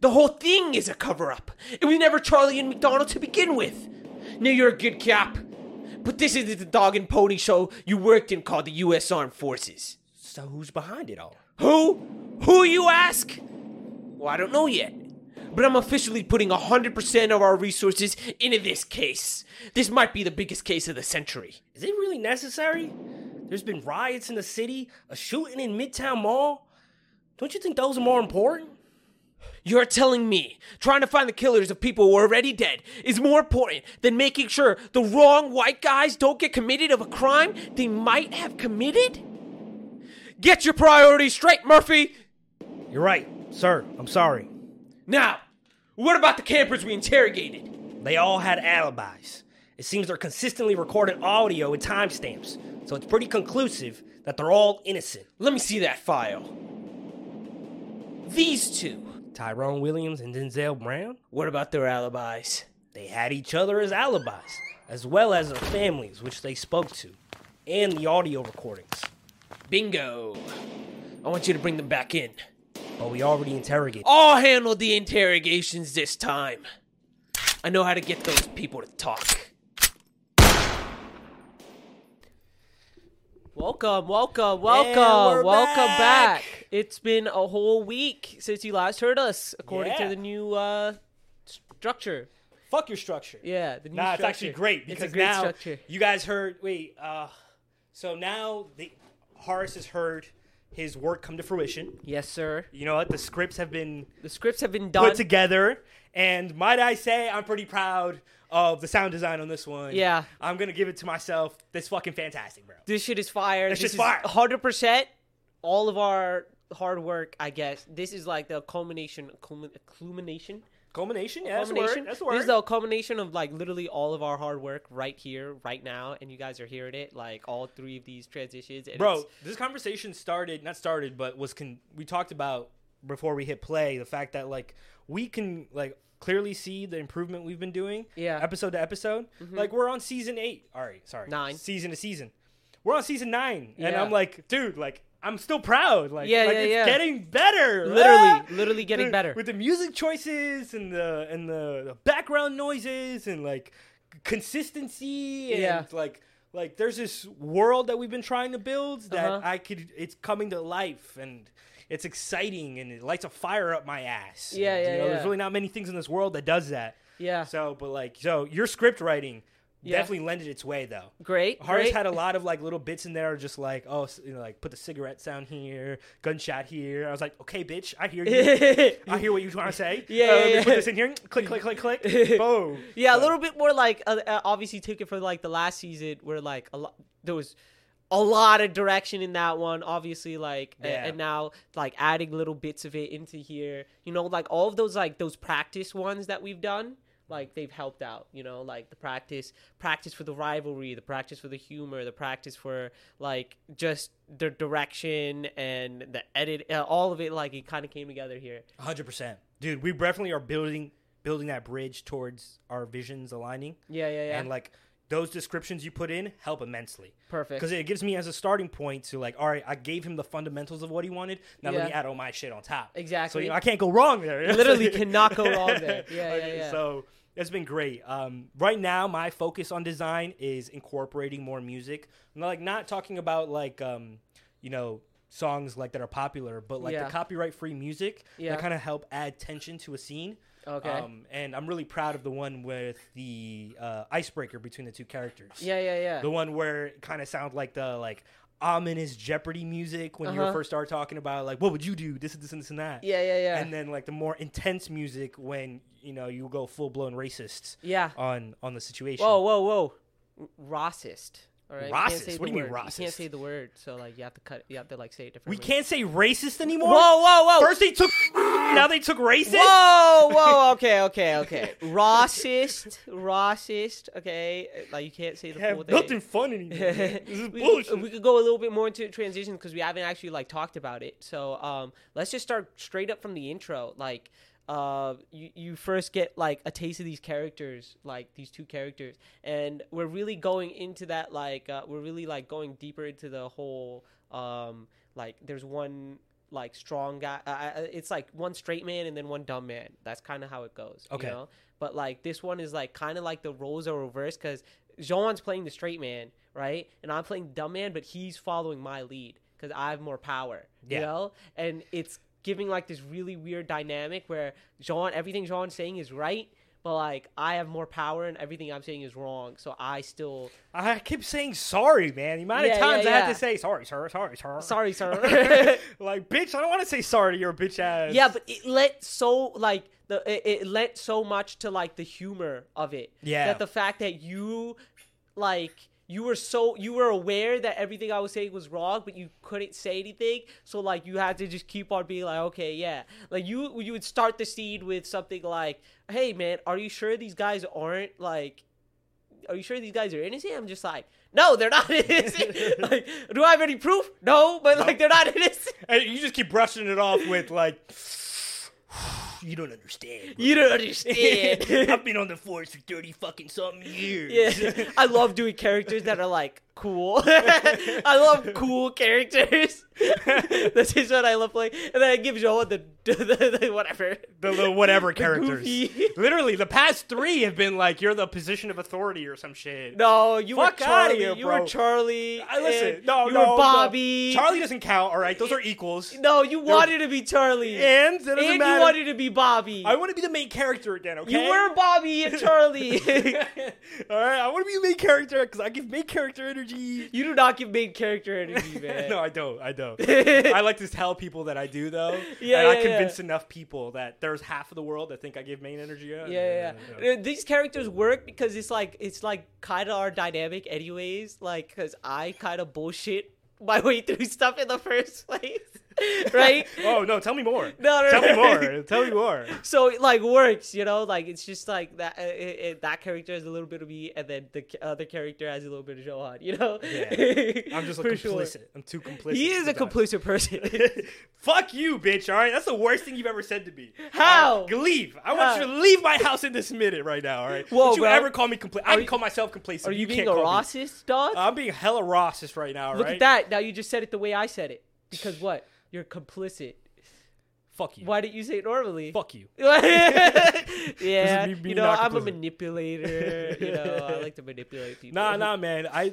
Speaker 1: The whole thing is a cover up. It was never Charlie and McDonald to begin with. Now you're a good cop, but this isn't the dog and pony show you worked in called the U.S. Armed Forces.
Speaker 2: So who's behind it all?
Speaker 1: Who? Who, you ask? Well, I don't know yet. But I'm officially putting 100% of our resources into this case. This might be the biggest case of the century.
Speaker 2: Is it really necessary? There's been riots in the city, a shooting in Midtown Mall. Don't you think those are more important?
Speaker 1: You're telling me trying to find the killers of people who are already dead is more important than making sure the wrong white guys don't get committed of a crime they might have committed? Get your priorities straight, Murphy!
Speaker 2: You're right, sir. I'm sorry.
Speaker 1: Now, what about the campers we interrogated?
Speaker 2: They all had alibis. It seems they're consistently recording audio with timestamps, so it's pretty conclusive that they're all innocent.
Speaker 1: Let me see that file. These two.
Speaker 2: Tyrone Williams and Denzel Brown,
Speaker 1: What about their alibis?
Speaker 2: they had each other as alibis, as well as their families, which they spoke to, and the audio recordings.
Speaker 1: Bingo. I want you to bring them back in.
Speaker 2: But we already interrogated.
Speaker 1: I'll handle the interrogations this time. I know how to get those people to talk. Welcome, welcome, welcome,
Speaker 2: we're
Speaker 1: welcome back.
Speaker 2: back.
Speaker 1: It's been a whole week since you last heard us, according
Speaker 2: Yeah.
Speaker 1: to the new uh, structure.
Speaker 2: Fuck your structure.
Speaker 1: Yeah, the new
Speaker 2: Nah, it's
Speaker 1: structure.
Speaker 2: actually great because
Speaker 1: it's a great
Speaker 2: now
Speaker 1: structure.
Speaker 2: you guys heard. Wait, uh, so now the Horace has heard his work come to fruition.
Speaker 1: Yes, sir.
Speaker 2: You know what? The scripts have been
Speaker 1: The scripts have been
Speaker 2: put
Speaker 1: done.
Speaker 2: together, and might I say, I'm pretty proud of the sound design on this one.
Speaker 1: Yeah.
Speaker 2: I'm gonna give it to myself. That's fucking fantastic, bro.
Speaker 1: this shit is fire.
Speaker 2: This
Speaker 1: this
Speaker 2: shit's fire.
Speaker 1: Hundred percent. All of our hard work, I guess. This is like the culmination, culmin- culmination,
Speaker 2: Culmination. Yeah, that's the word.
Speaker 1: culmination.
Speaker 2: That's the word.
Speaker 1: This is the culmination of like literally all of our hard work right here, right now, and you guys are hearing it. Like all three of these transitions, and
Speaker 2: bro
Speaker 1: it's-
Speaker 2: this conversation started not started but was con- we talked about before we hit play the fact that like we can like clearly see the improvement we've been doing
Speaker 1: Yeah. Mm-hmm.
Speaker 2: episode to episode like we're on season eight all right sorry
Speaker 1: Nine.
Speaker 2: season to season we're on season nine and
Speaker 1: Yeah.
Speaker 2: i'm like dude like i'm still proud like,
Speaker 1: Yeah,
Speaker 2: like
Speaker 1: yeah,
Speaker 2: it's
Speaker 1: yeah.
Speaker 2: getting better Ah!
Speaker 1: Literally, literally getting
Speaker 2: Dude,
Speaker 1: better.
Speaker 2: with the music choices and the and the, the background noises and like consistency and
Speaker 1: Yeah.
Speaker 2: like like there's this world that we've been trying to build that
Speaker 1: Uh-huh.
Speaker 2: I could it's coming to life and it's exciting and it lights a fire up my ass.
Speaker 1: Yeah,
Speaker 2: And,
Speaker 1: yeah,
Speaker 2: you know, There's
Speaker 1: yeah.
Speaker 2: really not many things in this world that does that.
Speaker 1: Yeah.
Speaker 2: So, but like, so your script writing
Speaker 1: Yeah.
Speaker 2: definitely lended its way though.
Speaker 1: Great.
Speaker 2: Harris
Speaker 1: great.
Speaker 2: had a lot of like little bits in there, just like oh, s- you know, like put the cigarette sound here, gunshot here. I was like, okay, bitch, I hear you. I hear what you're trying to say.
Speaker 1: Yeah,
Speaker 2: Uh,
Speaker 1: yeah,
Speaker 2: let me
Speaker 1: yeah.
Speaker 2: Put this in here. Click, click, click, click. Boom.
Speaker 1: Yeah, a little bit more like uh, uh, obviously took it for like the last season where like a lot there was a lot of direction in that one. Obviously, like a-
Speaker 2: Yeah.
Speaker 1: and now like adding little bits of it into here. You know, like all of those like those practice ones that we've done. Like they've helped out, you know, like the practice, practice for the rivalry, the practice for the humor, the practice for like just the direction and the edit, uh, all of it. Like it kind of came together here.
Speaker 2: Hundred percent, dude. We definitely are building building that bridge towards our visions aligning,
Speaker 1: Yeah, yeah, yeah.
Speaker 2: and like those descriptions you put in help immensely.
Speaker 1: Perfect.
Speaker 2: Because it gives me as a starting point to like, all right, I gave him the fundamentals of what he wanted. Now let
Speaker 1: Yeah.
Speaker 2: me add all my shit on top. So
Speaker 1: Exactly.
Speaker 2: you know, I can't go wrong there.
Speaker 1: Literally cannot go wrong there. Yeah, yeah, yeah.
Speaker 2: So it's been great. Um, right now, my focus on design is incorporating more music. I'm not, like not talking about like um, you know songs like that are popular, but like
Speaker 1: Yeah.
Speaker 2: the copyright free music
Speaker 1: Yeah.
Speaker 2: that kind of help add tension to a scene.
Speaker 1: Okay.
Speaker 2: Um, and I'm really proud of the one with the uh, icebreaker between the two characters.
Speaker 1: yeah, yeah, yeah.
Speaker 2: The one where it kind of sounds like the like ominous Jeopardy music when you
Speaker 1: Uh-huh.
Speaker 2: first start talking about like what would you do this and this and this and that.
Speaker 1: yeah, yeah, yeah.
Speaker 2: And then like the more intense music when you know you go full blown racist
Speaker 1: yeah.
Speaker 2: on on the situation.
Speaker 1: Whoa, whoa, whoa. R- Rossist. All right. You can't
Speaker 2: Rossist?
Speaker 1: say
Speaker 2: Oh, What
Speaker 1: the
Speaker 2: do you mean
Speaker 1: word. You
Speaker 2: rossist?
Speaker 1: can't say the word, so like you have to cut. You have to like say it
Speaker 2: we
Speaker 1: differently.
Speaker 2: can't say racist anymore.
Speaker 1: Whoa, whoa, whoa.
Speaker 2: First they took, now they took racist.
Speaker 1: Whoa, whoa. Okay, okay, okay. Rossist. Rossist. Okay. Like you can't say the full
Speaker 2: Have
Speaker 1: thing.
Speaker 2: nothing fun anymore. this is
Speaker 1: we,
Speaker 2: bullshit.
Speaker 1: we could go a little bit more into transitions because we haven't actually like talked about it. So um, let's just start straight up from the intro. Like, uh, you you first get like a taste of these characters, like these two characters, and we're really going into that. Like, uh, we're really like going deeper into the whole. Um, like, there's one like strong guy. Uh, uh, it's like one straight man and then one dumb man. That's kind of how it goes.
Speaker 2: Okay.
Speaker 1: You know? But like this one is like kind of like the roles are reversed because Jean's playing the straight man, right? And I'm playing the dumb man, but he's following my lead because I have more power.
Speaker 2: Yeah.
Speaker 1: You know? And it's giving like this really weird dynamic where Jean, everything Jean's saying is right. But like I have more power and everything I'm saying is wrong, so I still
Speaker 2: I keep saying sorry, man. The amount
Speaker 1: Yeah,
Speaker 2: of
Speaker 1: yeah,
Speaker 2: times I
Speaker 1: yeah.
Speaker 2: had to say sorry, sir, sorry, sir.
Speaker 1: sorry, sir.
Speaker 2: like, bitch, I don't want to say sorry to your bitch ass.
Speaker 1: yeah, but it lent so like the it, it lent so much to like the humor of it.
Speaker 2: Yeah.
Speaker 1: that the fact that you like you were so you were aware that everything I was saying was wrong, but you couldn't say anything. So like you had to just keep on being like, okay, yeah. Like you you would start the scene with something like, hey man, are you sure these guys aren't like are you sure these guys are innocent? I'm just like, no, they're not innocent. like, do I have any proof? No, but like, they're not innocent.
Speaker 2: And you just keep brushing it off with like, you don't understand.
Speaker 1: You don't understand.
Speaker 2: I've been on the force for thirty fucking something years.
Speaker 1: Yeah, I love doing characters that are like cool. I love cool characters. this is what I love playing, and then I give Joel the, the, the whatever.
Speaker 2: the little whatever characters.
Speaker 1: goofy.
Speaker 2: Literally, the past three have been like you're the position of authority or some shit. Eh,
Speaker 1: No, you
Speaker 2: Fuck
Speaker 1: were
Speaker 2: outta
Speaker 1: Charlie.
Speaker 2: here,
Speaker 1: you
Speaker 2: bro.
Speaker 1: were Charlie.
Speaker 2: I listen.
Speaker 1: and
Speaker 2: No,
Speaker 1: you
Speaker 2: no, no.
Speaker 1: were Bobby.
Speaker 2: Charlie doesn't count. All right, those are equals.
Speaker 1: No, you wanted to be Charlie,
Speaker 2: And it doesn't
Speaker 1: And you
Speaker 2: matter.
Speaker 1: wanted to be Bobby.
Speaker 2: I want to be the main character again. Okay.
Speaker 1: you were Bobby and Charlie.
Speaker 2: All right, I want to be the main character because I give main character energy.
Speaker 1: you do not give main character energy, man.
Speaker 2: no, I don't. I don't. I like to tell people that I do though.
Speaker 1: Yeah,
Speaker 2: and
Speaker 1: yeah,
Speaker 2: I
Speaker 1: yeah.
Speaker 2: convince enough people that there's half of the world that think I give main energy. Yeah,
Speaker 1: yeah, yeah. Uh, These characters work because it's like it's like kind of our dynamic, anyways. Like, cause I kind of bullshit my way through stuff in the first place. right?
Speaker 2: Oh no, tell me more.
Speaker 1: No, no,
Speaker 2: Tell me
Speaker 1: no.
Speaker 2: more. Tell me more.
Speaker 1: so it like works, you know, like it's just like that. uh, It, it, that character has a little bit of me, and then the ca- other character has a little bit of Johan, you know.
Speaker 2: Yeah. I'm just a
Speaker 1: For
Speaker 2: complicit.
Speaker 1: sure.
Speaker 2: I'm too complicit.
Speaker 1: He is a
Speaker 2: sometimes.
Speaker 1: complicit person.
Speaker 2: Fuck you, bitch. All right, that's the worst thing you've ever said to me.
Speaker 1: How?
Speaker 2: All right, leave. I want you to leave my house in this minute right now. All right.
Speaker 1: Whoa,
Speaker 2: Don't you
Speaker 1: bro.
Speaker 2: ever call me complicit?
Speaker 1: Are
Speaker 2: I can
Speaker 1: you-
Speaker 2: call myself complicit.
Speaker 1: Are you, being
Speaker 2: can't
Speaker 1: a
Speaker 2: call me-
Speaker 1: Rossist, dog?
Speaker 2: I'm being hella Rossis right now.
Speaker 1: Look
Speaker 2: right?
Speaker 1: at that. Now you just said it the way I said it. Because what? You're complicit.
Speaker 2: Fuck you.
Speaker 1: Why didn't you say it normally?
Speaker 2: Fuck you.
Speaker 1: yeah,
Speaker 2: me
Speaker 1: you
Speaker 2: being
Speaker 1: know,
Speaker 2: not
Speaker 1: I'm a
Speaker 2: complicit.
Speaker 1: manipulator. you know, I like to manipulate people.
Speaker 2: Nah, nah, man. I,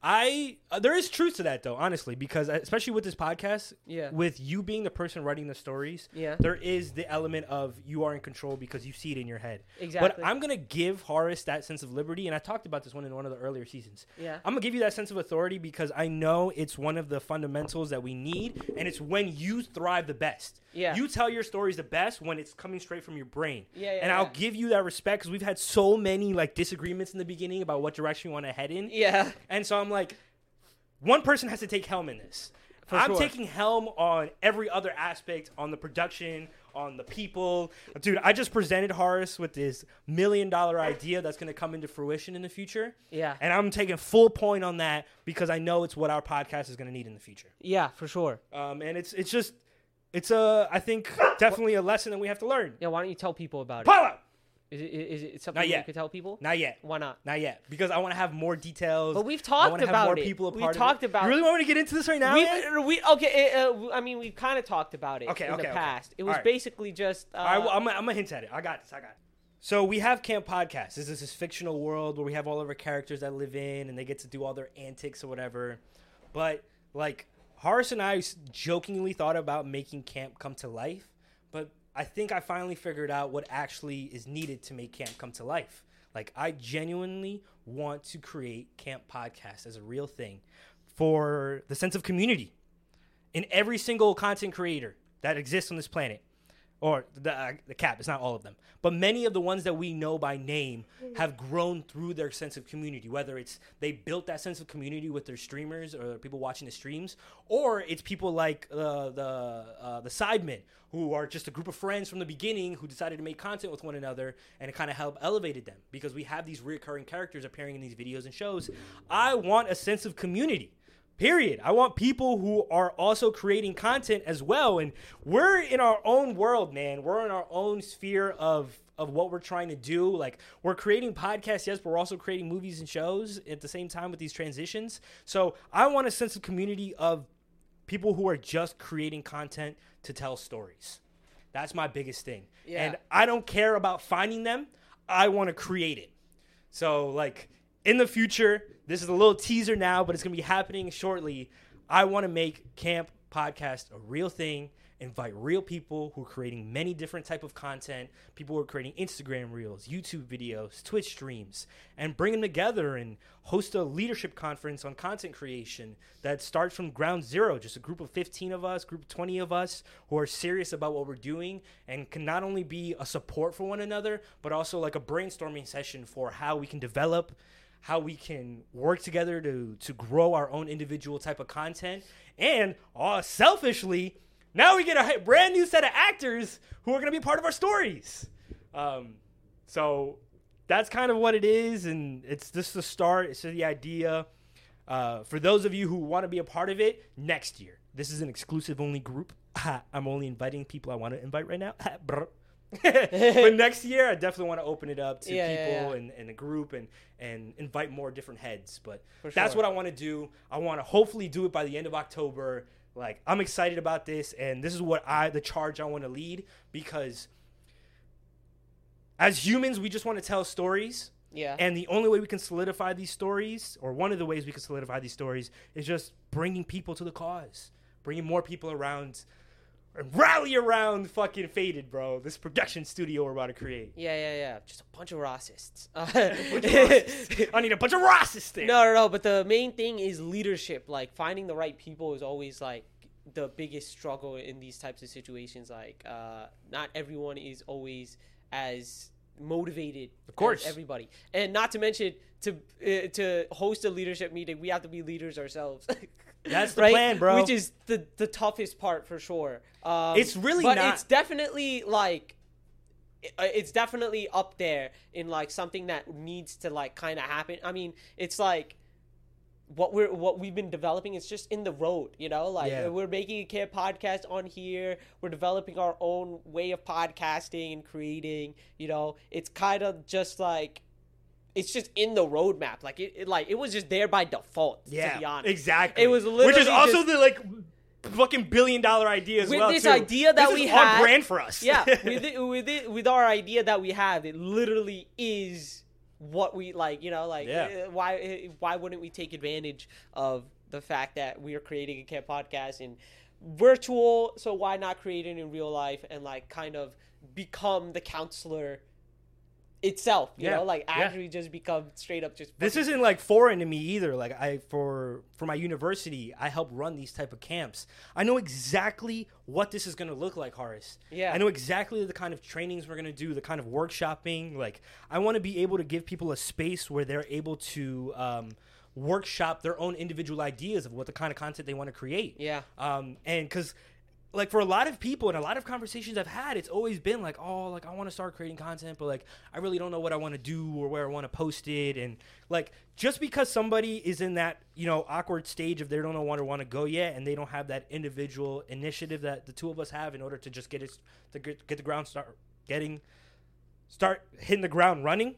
Speaker 2: I, uh, there is truth to that though, honestly, because I- especially with this podcast,
Speaker 1: Yeah.
Speaker 2: with you being the person writing the stories,
Speaker 1: Yeah.
Speaker 2: there is the element of you are in control because you see it in your head.
Speaker 1: Exactly.
Speaker 2: But I'm gonna give Horace that sense of liberty, and I talked about this one in one of the earlier seasons.
Speaker 1: Yeah.
Speaker 2: I'm gonna give you that sense of authority because I know it's one of the fundamentals that we need, and it's when you thrive the best.
Speaker 1: Yeah.
Speaker 2: You tell your stories the best when it's coming straight from your brain.
Speaker 1: Yeah, yeah,
Speaker 2: and I'll
Speaker 1: yeah.
Speaker 2: give you that respect because we've had so many like disagreements in the beginning about what direction we want to head in.
Speaker 1: Yeah.
Speaker 2: And so I'm like, one person has to take helm in this.
Speaker 1: For
Speaker 2: I'm
Speaker 1: sure.
Speaker 2: taking helm on every other aspect, on the production, on the people. Dude, I just presented Horace with this million dollar idea that's going to come into fruition in the future.
Speaker 1: Yeah.
Speaker 2: And I'm taking full point on that because I know it's what our podcast is going to need in the future.
Speaker 1: Yeah, for sure.
Speaker 2: Um, and it's it's just it's a I think definitely a lesson that we have to learn.
Speaker 1: Yeah, why don't you tell people about it?
Speaker 2: Paula,
Speaker 1: Is it, is it something
Speaker 2: Not
Speaker 1: you
Speaker 2: yet.
Speaker 1: could tell people?
Speaker 2: not yet.
Speaker 1: Why not?
Speaker 2: Not yet, because I want to have more details.
Speaker 1: But we've
Speaker 2: I wanna
Speaker 1: talked
Speaker 2: have
Speaker 1: about
Speaker 2: more
Speaker 1: it.
Speaker 2: People a
Speaker 1: We've
Speaker 2: part of
Speaker 1: talked
Speaker 2: it.
Speaker 1: about-
Speaker 2: You really want me to get into this right now?
Speaker 1: We,
Speaker 2: man?
Speaker 1: we okay. Uh, uh, I mean, we've kind of talked about it
Speaker 2: Okay,
Speaker 1: in
Speaker 2: okay,
Speaker 1: the
Speaker 2: okay.
Speaker 1: past. It
Speaker 2: All
Speaker 1: was
Speaker 2: right.
Speaker 1: basically just. Uh,
Speaker 2: All right, well, I'm gonna- I'm gonna hint at it. I got this. I got it. So we have Camp Podcast. This is this fictional world where we have all of our characters that live in, and they get to do all their antics or whatever. But like Horace and I s- jokingly thought about making camp come to life, but I think I finally figured out what actually is needed to make camp come to life. Like I genuinely want to create Camp Podcast as a real thing for the sense of community in every single content creator that exists on this planet or the, uh, the cap it's not all of them but many of the ones that we know by name have grown through their sense of community whether it's they built that sense of community with their streamers or people watching the streams or it's people like uh, the uh, the sidemen who are just a group of friends from the beginning who decided to make content with one another and it kind of helped elevated them because we have these recurring characters appearing in these videos and shows i want a sense of community Period. I want people who are also creating content as well. And we're in our own world, man. We're in our own sphere of of what we're trying to do. Like we're creating podcasts, yes, but we're also creating movies and shows at the same time with these transitions. So I want a sense of community of people who are just creating content to tell stories. That's my biggest thing.
Speaker 1: Yeah.
Speaker 2: And I don't care about finding them. I want to create it. So, like, in the future, this is a little teaser now, but it's going to be happening shortly. I want to make Camp Podcast a real thing, invite real people who are creating many different type of content, people who are creating Instagram reels, YouTube videos, Twitch streams, and bring them together and host a leadership conference on content creation that starts from ground zero, just a group of 15 of us, group of 20 of us who are serious about what we're doing and can not only be a support for one another, but also like a brainstorming session for how we can develop, how we can work together to to grow our own individual type of content. And uh, selfishly, now we get a h- brand new set of actors who are going to be part of our stories. Um, so that's kind of what it is, and it's just the start. It's the idea. Uh, for those of you who want to be a part of it, next year. This is an exclusive only group. I'm only inviting people I want to invite right now. Brr. but next year, I definitely want to open it up to
Speaker 1: Yeah, yeah,
Speaker 2: people
Speaker 1: yeah.
Speaker 2: And, and a group and and invite more different heads. But
Speaker 1: For
Speaker 2: that's
Speaker 1: sure.
Speaker 2: what I want to do. I want to hopefully do it by the end of October. Like I'm excited about this, and this is what I the charge I want to lead because as humans, we just want to tell stories.
Speaker 1: yeah.
Speaker 2: And the only way we can solidify these stories, or one of the ways we can solidify these stories, is just bringing people to the cause, bringing more people around, and rally around fucking Faded, bro. This production studio we're about to create.
Speaker 1: yeah, yeah, yeah. Just a bunch of Rossists.
Speaker 2: Bunch of Rossists. I need a bunch of Rosses there.
Speaker 1: No, no, no. But the main thing is leadership. Like finding the right people is always like the biggest struggle in these types of situations. Like, uh, not everyone is always as motivated. Of
Speaker 2: course.
Speaker 1: everybody, and not to mention to uh, to host a leadership meeting, we have to be leaders ourselves.
Speaker 2: That's the
Speaker 1: right?
Speaker 2: plan, bro.
Speaker 1: Which is the the toughest part for sure. Um,
Speaker 2: It's really
Speaker 1: but
Speaker 2: not-
Speaker 1: it's definitely like it- it's definitely up there in like something that needs to like kind of happen. I mean, it's like what we're what we've been developing is just in the road, you know. Like
Speaker 2: Yeah.
Speaker 1: we're making a care podcast on here. We're developing our own way of podcasting and creating. You know, it's kind of just like. It's just in the roadmap, like it, it, like it was just there by default.
Speaker 2: yeah,
Speaker 1: to be honest.
Speaker 2: exactly.
Speaker 1: It was
Speaker 2: which
Speaker 1: literally
Speaker 2: is also
Speaker 1: just-
Speaker 2: the like fucking billion dollar idea as
Speaker 1: With
Speaker 2: well.
Speaker 1: this
Speaker 2: too.
Speaker 1: idea that
Speaker 2: This is
Speaker 1: we
Speaker 2: on
Speaker 1: had-
Speaker 2: brand for us.
Speaker 1: yeah with it, with it, with our idea that we have it literally is what we like you know like
Speaker 2: Yeah.
Speaker 1: uh, why uh, why wouldn't we take advantage of the fact that we are creating a camp podcast and virtual so why not create it in real life and like kind of become the counselor itself you
Speaker 2: Yeah,
Speaker 1: know like
Speaker 2: yeah.
Speaker 1: actually just become straight up just
Speaker 2: this
Speaker 1: fucking-
Speaker 2: isn't like foreign to me either like i for for my university i help run these type of camps i know exactly what this is going to look like horace
Speaker 1: Yeah.
Speaker 2: i know exactly the kind of trainings we're going to do the kind of workshopping like i want to be able to give people a space where they're able to um, workshop their own individual ideas of what the kind of content they want to create
Speaker 1: Yeah.
Speaker 2: um, and because like for a lot of people and a lot of conversations I've had, it's always been like, oh, like I want to start creating content, but like I really don't know what I want to do or where I want to post it, and like just because somebody is in that you know awkward stage of they don't know where to want to go yet, and they don't have that individual initiative that the two of us have in order to just get it to get, get the ground start getting start hitting the ground running.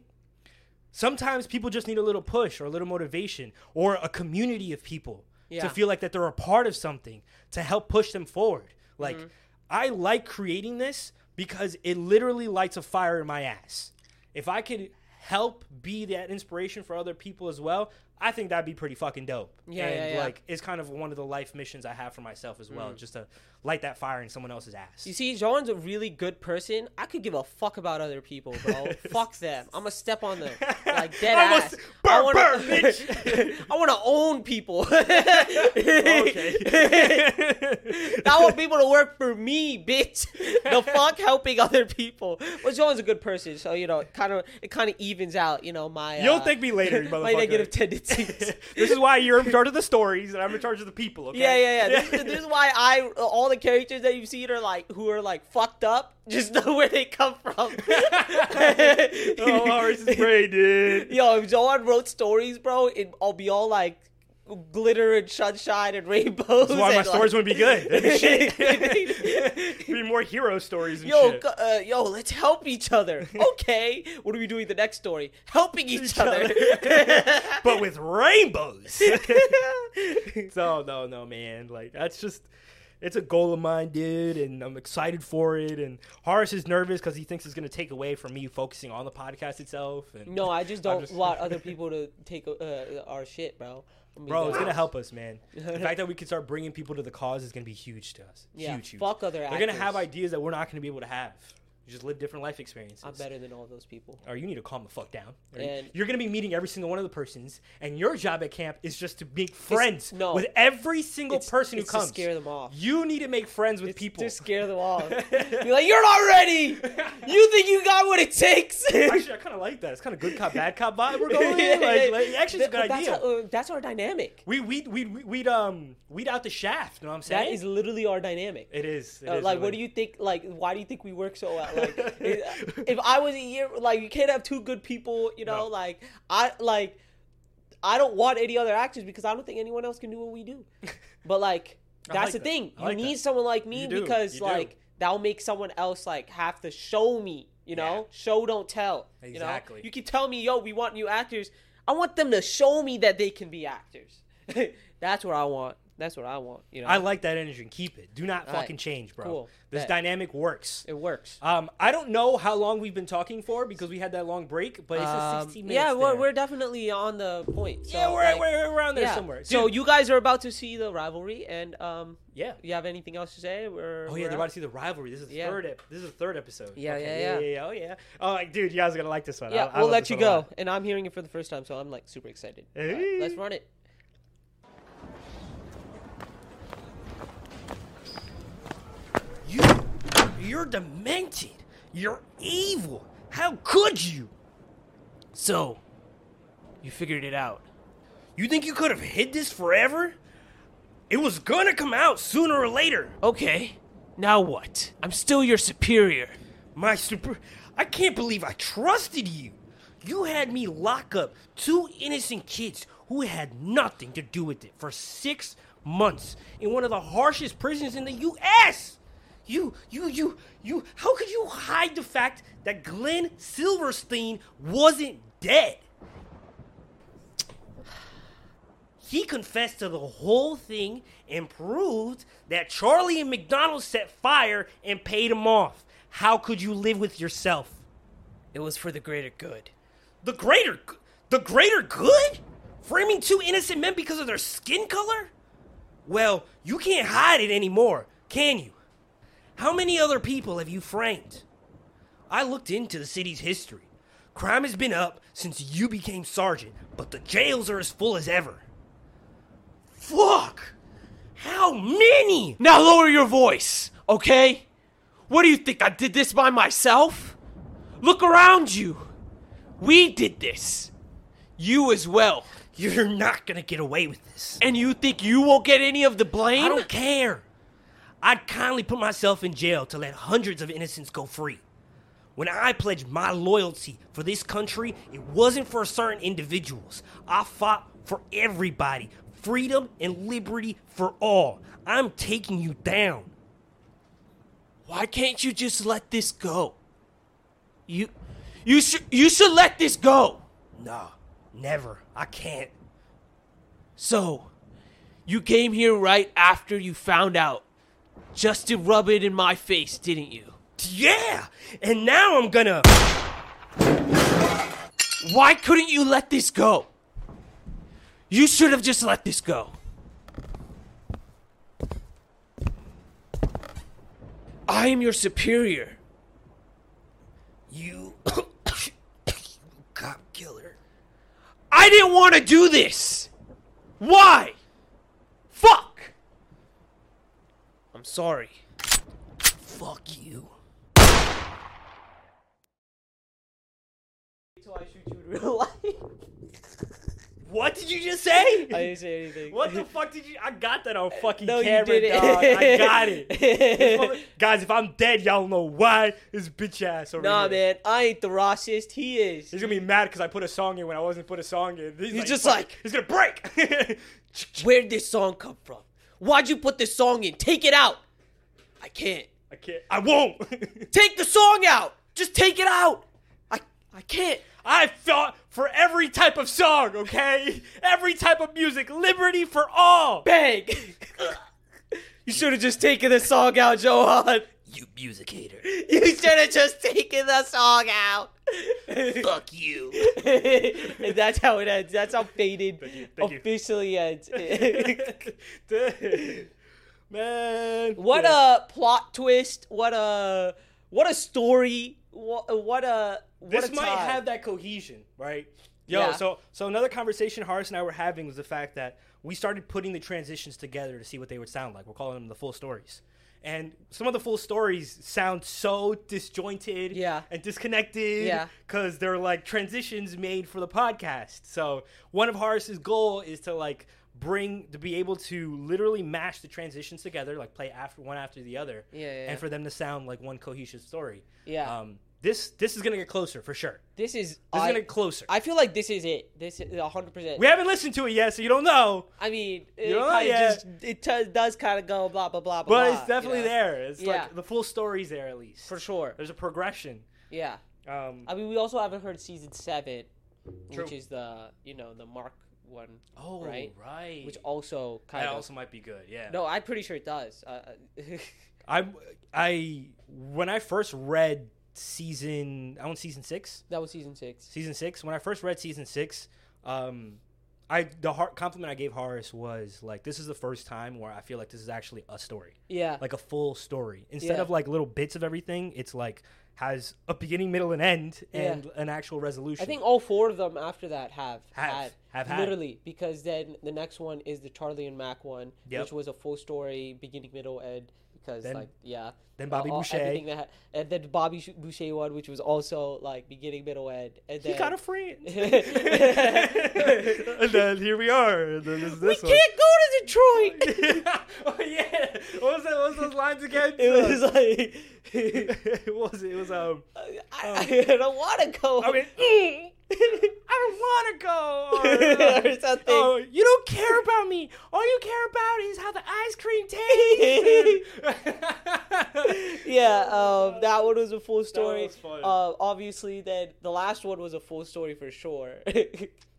Speaker 2: Sometimes people just need a little push or a little motivation or a community of people
Speaker 1: Yeah.
Speaker 2: to feel like that they're a part of something to help push them forward. Like
Speaker 1: Mm-hmm.
Speaker 2: I like creating this because it literally lights a fire in my ass. If I could help be that inspiration for other people as well, I think that'd be pretty fucking dope.
Speaker 1: Yeah,
Speaker 2: and
Speaker 1: yeah, yeah.
Speaker 2: like it's kind of one of the life missions I have for myself as well, just to light that fire in someone else's ass.
Speaker 1: You see, John's a really good person. I could give a fuck about other people, bro. fuck them. I'm gonna step on them like dead
Speaker 2: I
Speaker 1: ass.
Speaker 2: must- burn,
Speaker 1: I wanna,
Speaker 2: burn, bitch.
Speaker 1: I want to own people.
Speaker 2: okay.
Speaker 1: I want people to work for me, bitch. The fuck helping other people. But John's a good person, so you know, kind of it kind of evens out. You know, my
Speaker 2: You'll
Speaker 1: uh,
Speaker 2: thank me later, you
Speaker 1: my
Speaker 2: motherfucker.
Speaker 1: negative tendencies.
Speaker 2: this is why you're in charge of the stories and I'm in charge of the people. Okay?
Speaker 1: Yeah, yeah, yeah. This, is- this is why I all the characters that you've seen are like who are like fucked up. Just know where they come from.
Speaker 2: oh, ours is great, dude.
Speaker 1: Yo, if Johan wrote stories, bro, it, I'll be all like glitter and sunshine and rainbows.
Speaker 2: That's why my
Speaker 1: and,
Speaker 2: stories
Speaker 1: like-
Speaker 2: wouldn't be good. That'd be shit. be more hero stories and
Speaker 1: Yo,
Speaker 2: shit.
Speaker 1: co- uh, yo, let's help each other. Okay, what are we doing the next story? Helping each,
Speaker 2: Each
Speaker 1: other.
Speaker 2: other. but with rainbows. so no, no, man. Like that's just it's a goal of mine, dude, and I'm excited for it. And Horace is nervous because he thinks it's gonna take away from me focusing on the podcast itself. And
Speaker 1: no, I just don't
Speaker 2: just-
Speaker 1: want other people to take uh, our shit, bro. I mean,
Speaker 2: Bro,
Speaker 1: that's-
Speaker 2: it's gonna help us, man. The fact that we can start bringing people to the cause is gonna be huge to us.
Speaker 1: Yeah,
Speaker 2: huge, huge.
Speaker 1: fuck other
Speaker 2: They're gonna
Speaker 1: actors.
Speaker 2: have ideas that we're not gonna be able to have. You just live different life experiences.
Speaker 1: I'm better than all those people.
Speaker 2: Or you need to calm the fuck down. Or you-
Speaker 1: And-
Speaker 2: you're gonna be meeting every single one of the persons, and your job at camp is just to make friends
Speaker 1: no.
Speaker 2: with every single
Speaker 1: It's-
Speaker 2: person who
Speaker 1: it's to
Speaker 2: comes.
Speaker 1: scare them off.
Speaker 2: You need to make friends with people.
Speaker 1: To scare them off. Be like, you're not ready. You think you got what it takes.
Speaker 2: Actually, I kind of like that. It's kind of good cop, bad cop vibe we're going in. Like, like, actually, it's a
Speaker 1: But
Speaker 2: good
Speaker 1: that's
Speaker 2: idea.
Speaker 1: how- uh, that's our dynamic.
Speaker 2: we weed we we weed um weed out the shaft. You know what I'm
Speaker 1: That
Speaker 2: saying?
Speaker 1: is literally our dynamic.
Speaker 2: it is. It
Speaker 1: Uh,
Speaker 2: is
Speaker 1: like, what
Speaker 2: really-
Speaker 1: do you think? Like, why do you think we work so well? Like, i- if I was a year, like, you can't have two good people. You know,
Speaker 2: No.
Speaker 1: like, I like, I don't want any other actors because I don't think anyone else can do what we do. But like,
Speaker 2: I
Speaker 1: that's
Speaker 2: like
Speaker 1: the
Speaker 2: that.
Speaker 1: thing.
Speaker 2: I
Speaker 1: You
Speaker 2: like
Speaker 1: need
Speaker 2: that.
Speaker 1: someone like me
Speaker 2: You do.
Speaker 1: because
Speaker 2: You do.
Speaker 1: like that'll make someone else like have to show me. You know,
Speaker 2: Yeah.
Speaker 1: show don't tell. You,
Speaker 2: Exactly.
Speaker 1: know? you keep telling me, yo, we want new actors. I want them to show me that they can be actors. that's what I want. That's what I want. You know,
Speaker 2: I like that energy and keep it. Do not
Speaker 1: All right.
Speaker 2: fucking change, bro.
Speaker 1: Cool.
Speaker 2: This
Speaker 1: Bet.
Speaker 2: dynamic works.
Speaker 1: it works.
Speaker 2: Um, I don't know how long we've been talking for because we had that long break, but it's a
Speaker 1: Um,
Speaker 2: 16 minutes.
Speaker 1: yeah, we're,
Speaker 2: there.
Speaker 1: we're definitely on the point. So,
Speaker 2: yeah, we're,
Speaker 1: like,
Speaker 2: we're we're around there
Speaker 1: yeah.
Speaker 2: somewhere.
Speaker 1: So
Speaker 2: Dude,
Speaker 1: you guys are about to see the rivalry, and um,
Speaker 2: yeah.
Speaker 1: you have anything else to say? We're,
Speaker 2: Oh
Speaker 1: we're
Speaker 2: yeah, they're
Speaker 1: out?
Speaker 2: about to see the rivalry. This is the
Speaker 1: Yeah.
Speaker 2: third. Ep- this is the third episode.
Speaker 1: Yeah,
Speaker 2: Okay,
Speaker 1: yeah, yeah.
Speaker 2: yeah, yeah. Oh yeah. Oh, like, dude, you guys are gonna like this one. I-
Speaker 1: Yeah,
Speaker 2: I
Speaker 1: we'll
Speaker 2: love
Speaker 1: let
Speaker 2: this
Speaker 1: you
Speaker 2: one a
Speaker 1: go.
Speaker 2: lot.
Speaker 1: And I'm hearing it for the first time, so I'm like super excited. All right,
Speaker 2: Hey.
Speaker 1: let's run it.
Speaker 2: You, you're demented. You're evil. How could you? So, you figured it out. You think you could have hid this forever? It was gonna come out sooner or later.
Speaker 1: Okay, now what? I'm still your superior.
Speaker 2: My super. I can't believe I trusted you. You had me lock up two innocent kids who had nothing to do with it for six months in one of the harshest prisons in the U.S. You, you, you, you. How could you hide the fact that Glenn Silverstein wasn't dead? He confessed to the whole thing and proved that Charlie and McDonald set fire and paid him off. How could you live with yourself?
Speaker 1: It was for the greater good.
Speaker 2: The greater, g- the greater good? Framing two innocent men because of their skin color? Well, you can't hide it anymore, can you? How many other people have you framed? I looked into the city's history. Crime has been up since you became sergeant, but the jails are as full as ever. Fuck! How many?
Speaker 1: Now lower your voice, okay? What do you think? I did this by myself? Look around you. We did this. You as well.
Speaker 2: You're not gonna get away with this.
Speaker 1: And you think you won't get any of the blame?
Speaker 2: I don't care. I'd kindly put myself in jail to let hundreds of innocents go free. When I pledged my loyalty for this country, it wasn't for certain individuals. I fought for everybody. Freedom and liberty for all. I'm taking you down.
Speaker 1: Why can't you just let this go? You you should you should let this go.
Speaker 2: No, never. I can't.
Speaker 1: So, you came here right after you found out just to rub it in my face, didn't you?
Speaker 2: Yeah! And now I'm gonna.
Speaker 1: Why couldn't you let this go? You should have just let this go. I am your superior.
Speaker 2: You. cop killer.
Speaker 1: I didn't want to do this. Why? Fuck. I'm sorry.
Speaker 2: Fuck you.
Speaker 1: Until I shoot you in real life.
Speaker 2: What did you just say?
Speaker 1: I didn't say anything.
Speaker 2: What the fuck did you? I got that on fucking
Speaker 1: No, you
Speaker 2: camera,
Speaker 1: did it.
Speaker 2: dog. I got it. This mother- Guys, if I'm dead, y'all know why. This bitch ass over
Speaker 1: Nah,
Speaker 2: here.
Speaker 1: man, I ain't the Rossist. He is.
Speaker 2: He's gonna be mad because I put a song in when I wasn't put a song in. He's,
Speaker 1: just
Speaker 2: fuck,
Speaker 1: like-
Speaker 2: he's gonna break.
Speaker 1: Where'd this song come from? Why'd you put this song in? Take it out. I can't.
Speaker 2: I can't. I won't.
Speaker 1: Take the song out. Just take it out. I I can't.
Speaker 2: I fought for every type of song, okay? Every type of music, liberty for all.
Speaker 1: Bang. you should have just taken the song out, Johan.
Speaker 2: You music hater.
Speaker 1: You should have just taken the song out.
Speaker 2: Fuck you.
Speaker 1: and that's how it ends. That's how faded
Speaker 2: you, thank you.
Speaker 1: officially ends.
Speaker 2: Man.
Speaker 1: What
Speaker 2: Yeah.
Speaker 1: a plot twist! What a what a story! What, what a what
Speaker 2: this
Speaker 1: a
Speaker 2: might
Speaker 1: time.
Speaker 2: have that cohesion, right? Yo,
Speaker 1: Yeah.
Speaker 2: so so another conversation Horace and I were having was the fact that we started putting the transitions together to see what they would sound like. We're calling them the full stories. And some of the full stories sound so disjointed
Speaker 1: Yeah.
Speaker 2: and disconnected
Speaker 1: Yeah.
Speaker 2: because they're like transitions made for the podcast. So one of Horace's goal is to like bring to be able to literally mash the transitions together, like play after one after the other,
Speaker 1: Yeah, yeah, yeah.
Speaker 2: and for them to sound like one cohesive story.
Speaker 1: Yeah.
Speaker 2: Um, this this is gonna get closer for sure.
Speaker 1: This is
Speaker 2: This
Speaker 1: I,
Speaker 2: is gonna get closer.
Speaker 1: I feel like this is it. This is hundred percent.
Speaker 2: we haven't listened to it yet, so you don't know.
Speaker 1: I mean, it
Speaker 2: know,
Speaker 1: kinda
Speaker 2: yeah.
Speaker 1: just it t- does kind of go blah blah blah blah.
Speaker 2: But
Speaker 1: blah,
Speaker 2: it's definitely
Speaker 1: you know?
Speaker 2: there. It's
Speaker 1: Yeah.
Speaker 2: like the full story's there at least.
Speaker 1: for sure.
Speaker 2: There's a progression.
Speaker 1: Yeah,
Speaker 2: Um,
Speaker 1: I mean, we also haven't heard season seven,
Speaker 2: True.
Speaker 1: which is the you know the Mark one,
Speaker 2: oh
Speaker 1: right.
Speaker 2: right.
Speaker 1: which also kind
Speaker 2: that
Speaker 1: of.
Speaker 2: also might be good. Yeah.
Speaker 1: no, I'm pretty sure it does. Uh,
Speaker 2: I I when I first read season I want season six
Speaker 1: that was season six.
Speaker 2: season six when I first read season six, um, I the heart compliment I gave Horace was like this is the first time where I feel like this is actually a story.
Speaker 1: Yeah,
Speaker 2: like a full story instead
Speaker 1: Yeah.
Speaker 2: of like little bits of everything it's like has a beginning middle and end
Speaker 1: Yeah.
Speaker 2: and an actual resolution
Speaker 1: I think all four of them after that have
Speaker 2: Have-
Speaker 1: had
Speaker 2: have had.
Speaker 1: literally because then the next one is the Charlie and Mac one,
Speaker 2: Yep.
Speaker 1: which was a full story, beginning, middle, end, because
Speaker 2: Then-
Speaker 1: like yeah,
Speaker 2: then Bobby
Speaker 1: all-
Speaker 2: Boucher.
Speaker 1: everything that, ha- and then Bobby Sh- Boucher one, which was also like beginning, middle, end, and then
Speaker 2: He got a friend. and then here we are. and then this-
Speaker 1: we
Speaker 2: this
Speaker 1: can't go to Detroit.
Speaker 2: one. oh yeah. What was that? What was those lines again?
Speaker 1: It was like
Speaker 2: what was it? It was um.
Speaker 1: I, I don't want to go.
Speaker 2: I mean, mm, I don't want to go. Or,
Speaker 1: or something.
Speaker 2: Oh, you don't care about me. All you care about is how the ice cream tastes.
Speaker 1: yeah, um, that one was a full story.
Speaker 2: was fun.
Speaker 1: Uh, obviously, then the last one was a full story for sure.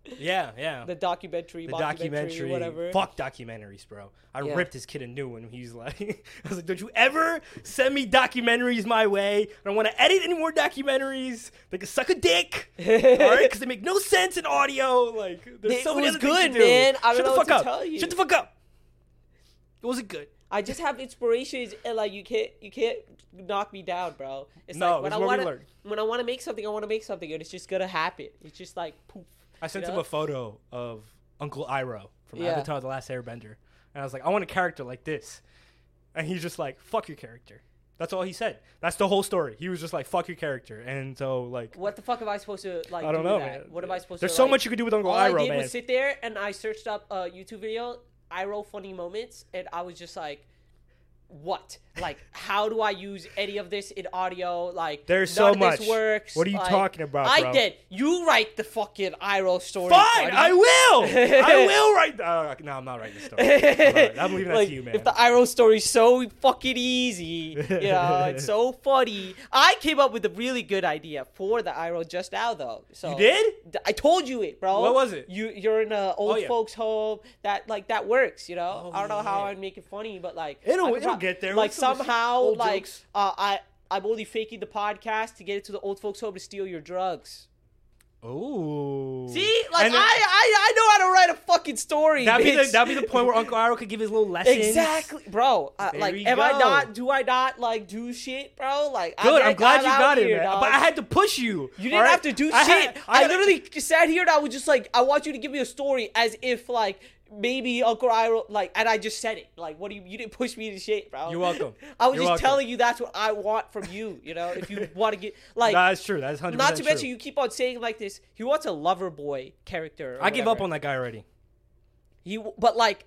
Speaker 2: yeah, yeah.
Speaker 1: the documentary,
Speaker 2: the
Speaker 1: documentary,
Speaker 2: documentary,
Speaker 1: whatever.
Speaker 2: fuck documentaries, bro. I
Speaker 1: Yeah.
Speaker 2: ripped this kid a new one. He's like, I was like, don't you ever send me documentaries my way. I don't want to edit any more documentaries. They can suck a dick, all right? Because they make no sense in audio. Like, there's
Speaker 1: It
Speaker 2: so many
Speaker 1: was
Speaker 2: other things
Speaker 1: good,
Speaker 2: to do.
Speaker 1: man. I don't
Speaker 2: Shut
Speaker 1: know
Speaker 2: the
Speaker 1: what
Speaker 2: fuck
Speaker 1: to
Speaker 2: up.
Speaker 1: tell you.
Speaker 2: Shut the fuck up. It wasn't good.
Speaker 1: I just have inspirations, and like you can't, you can't knock me down, bro. It's
Speaker 2: No,
Speaker 1: like when
Speaker 2: it's
Speaker 1: I
Speaker 2: where we
Speaker 1: want to,
Speaker 2: learn.
Speaker 1: when I want to make something, I want to make something, and it's just gonna happen. It's just like poof.
Speaker 2: I sent
Speaker 1: you
Speaker 2: him
Speaker 1: know?
Speaker 2: a photo of Uncle Iroh from
Speaker 1: Yeah.
Speaker 2: Avatar: The Last Airbender, and I was like, I want a character like this, and he's just like, "Fuck your character." That's all he said. That's the whole story. He was just like, "Fuck your character," and so like,
Speaker 1: What the fuck am I supposed to like?
Speaker 2: I don't
Speaker 1: do
Speaker 2: know,
Speaker 1: with that?
Speaker 2: man.
Speaker 1: What am I supposed
Speaker 2: There's
Speaker 1: to?
Speaker 2: so
Speaker 1: like-
Speaker 2: much you could do with Uncle
Speaker 1: All I
Speaker 2: Iroh,
Speaker 1: did
Speaker 2: man.
Speaker 1: was sit there and I searched up a YouTube video, Iroh funny moments, and I was just like, what? Like, how do I use any of this in audio? Like,
Speaker 2: There's
Speaker 1: none
Speaker 2: so
Speaker 1: of this
Speaker 2: much.
Speaker 1: works.
Speaker 2: What are you
Speaker 1: Like,
Speaker 2: talking about,
Speaker 1: I
Speaker 2: bro?
Speaker 1: did. You write the fucking Iroh story.
Speaker 2: Fine,
Speaker 1: buddy.
Speaker 2: I will. I will write. Uh, no, I'm not writing this story. I'm, not writing- I'm leaving that
Speaker 1: Like,
Speaker 2: to you, man.
Speaker 1: If the Iroh story's so fucking easy, you know, it's so funny. I came up with a really good idea for the Iroh just now, though. So
Speaker 2: you did?
Speaker 1: D- I told you it, bro.
Speaker 2: What was it?
Speaker 1: You you're in a old
Speaker 2: Oh, yeah.
Speaker 1: folks home that like that works, you know.
Speaker 2: Oh,
Speaker 1: I don't know how
Speaker 2: yeah.
Speaker 1: I'd make it funny, but like
Speaker 2: It'll-
Speaker 1: I could
Speaker 2: it'll
Speaker 1: prob-
Speaker 2: get there.
Speaker 1: Like
Speaker 2: It's some
Speaker 1: somehow,
Speaker 2: old
Speaker 1: like
Speaker 2: jokes.
Speaker 1: uh, I I'm only faking the podcast to get it to the old folks home to steal your drugs.
Speaker 2: Oh,
Speaker 1: See, like I, I I know how to write a fucking story.
Speaker 2: That'd be, the,
Speaker 1: bitch.
Speaker 2: that'd be the point where Uncle Iroh could give his little lessons.
Speaker 1: Exactly, bro. I,
Speaker 2: There
Speaker 1: like,
Speaker 2: you
Speaker 1: am I
Speaker 2: go.
Speaker 1: not? Do I not like do shit, bro? Like,
Speaker 2: Good.
Speaker 1: I
Speaker 2: I'm glad you got it,
Speaker 1: here,
Speaker 2: man.
Speaker 1: dog.
Speaker 2: But I had to push you.
Speaker 1: You didn't have to do shit. I, literally sat here and I was just like, I want you to give me a story as if like maybe Uncle Iroh like, and I just said it. Like, what do you? You didn't push me to shit, bro.
Speaker 2: You're welcome.
Speaker 1: I was
Speaker 2: You're
Speaker 1: just
Speaker 2: welcome.
Speaker 1: telling you that's what I want from you. You know, if you want to get like.
Speaker 2: That's true. That's hundred.
Speaker 1: not to mention,
Speaker 2: true.
Speaker 1: you keep on saying like this. He wants a lover boy character. or
Speaker 2: I give up
Speaker 1: whatever.
Speaker 2: on that guy already.
Speaker 1: He, but like,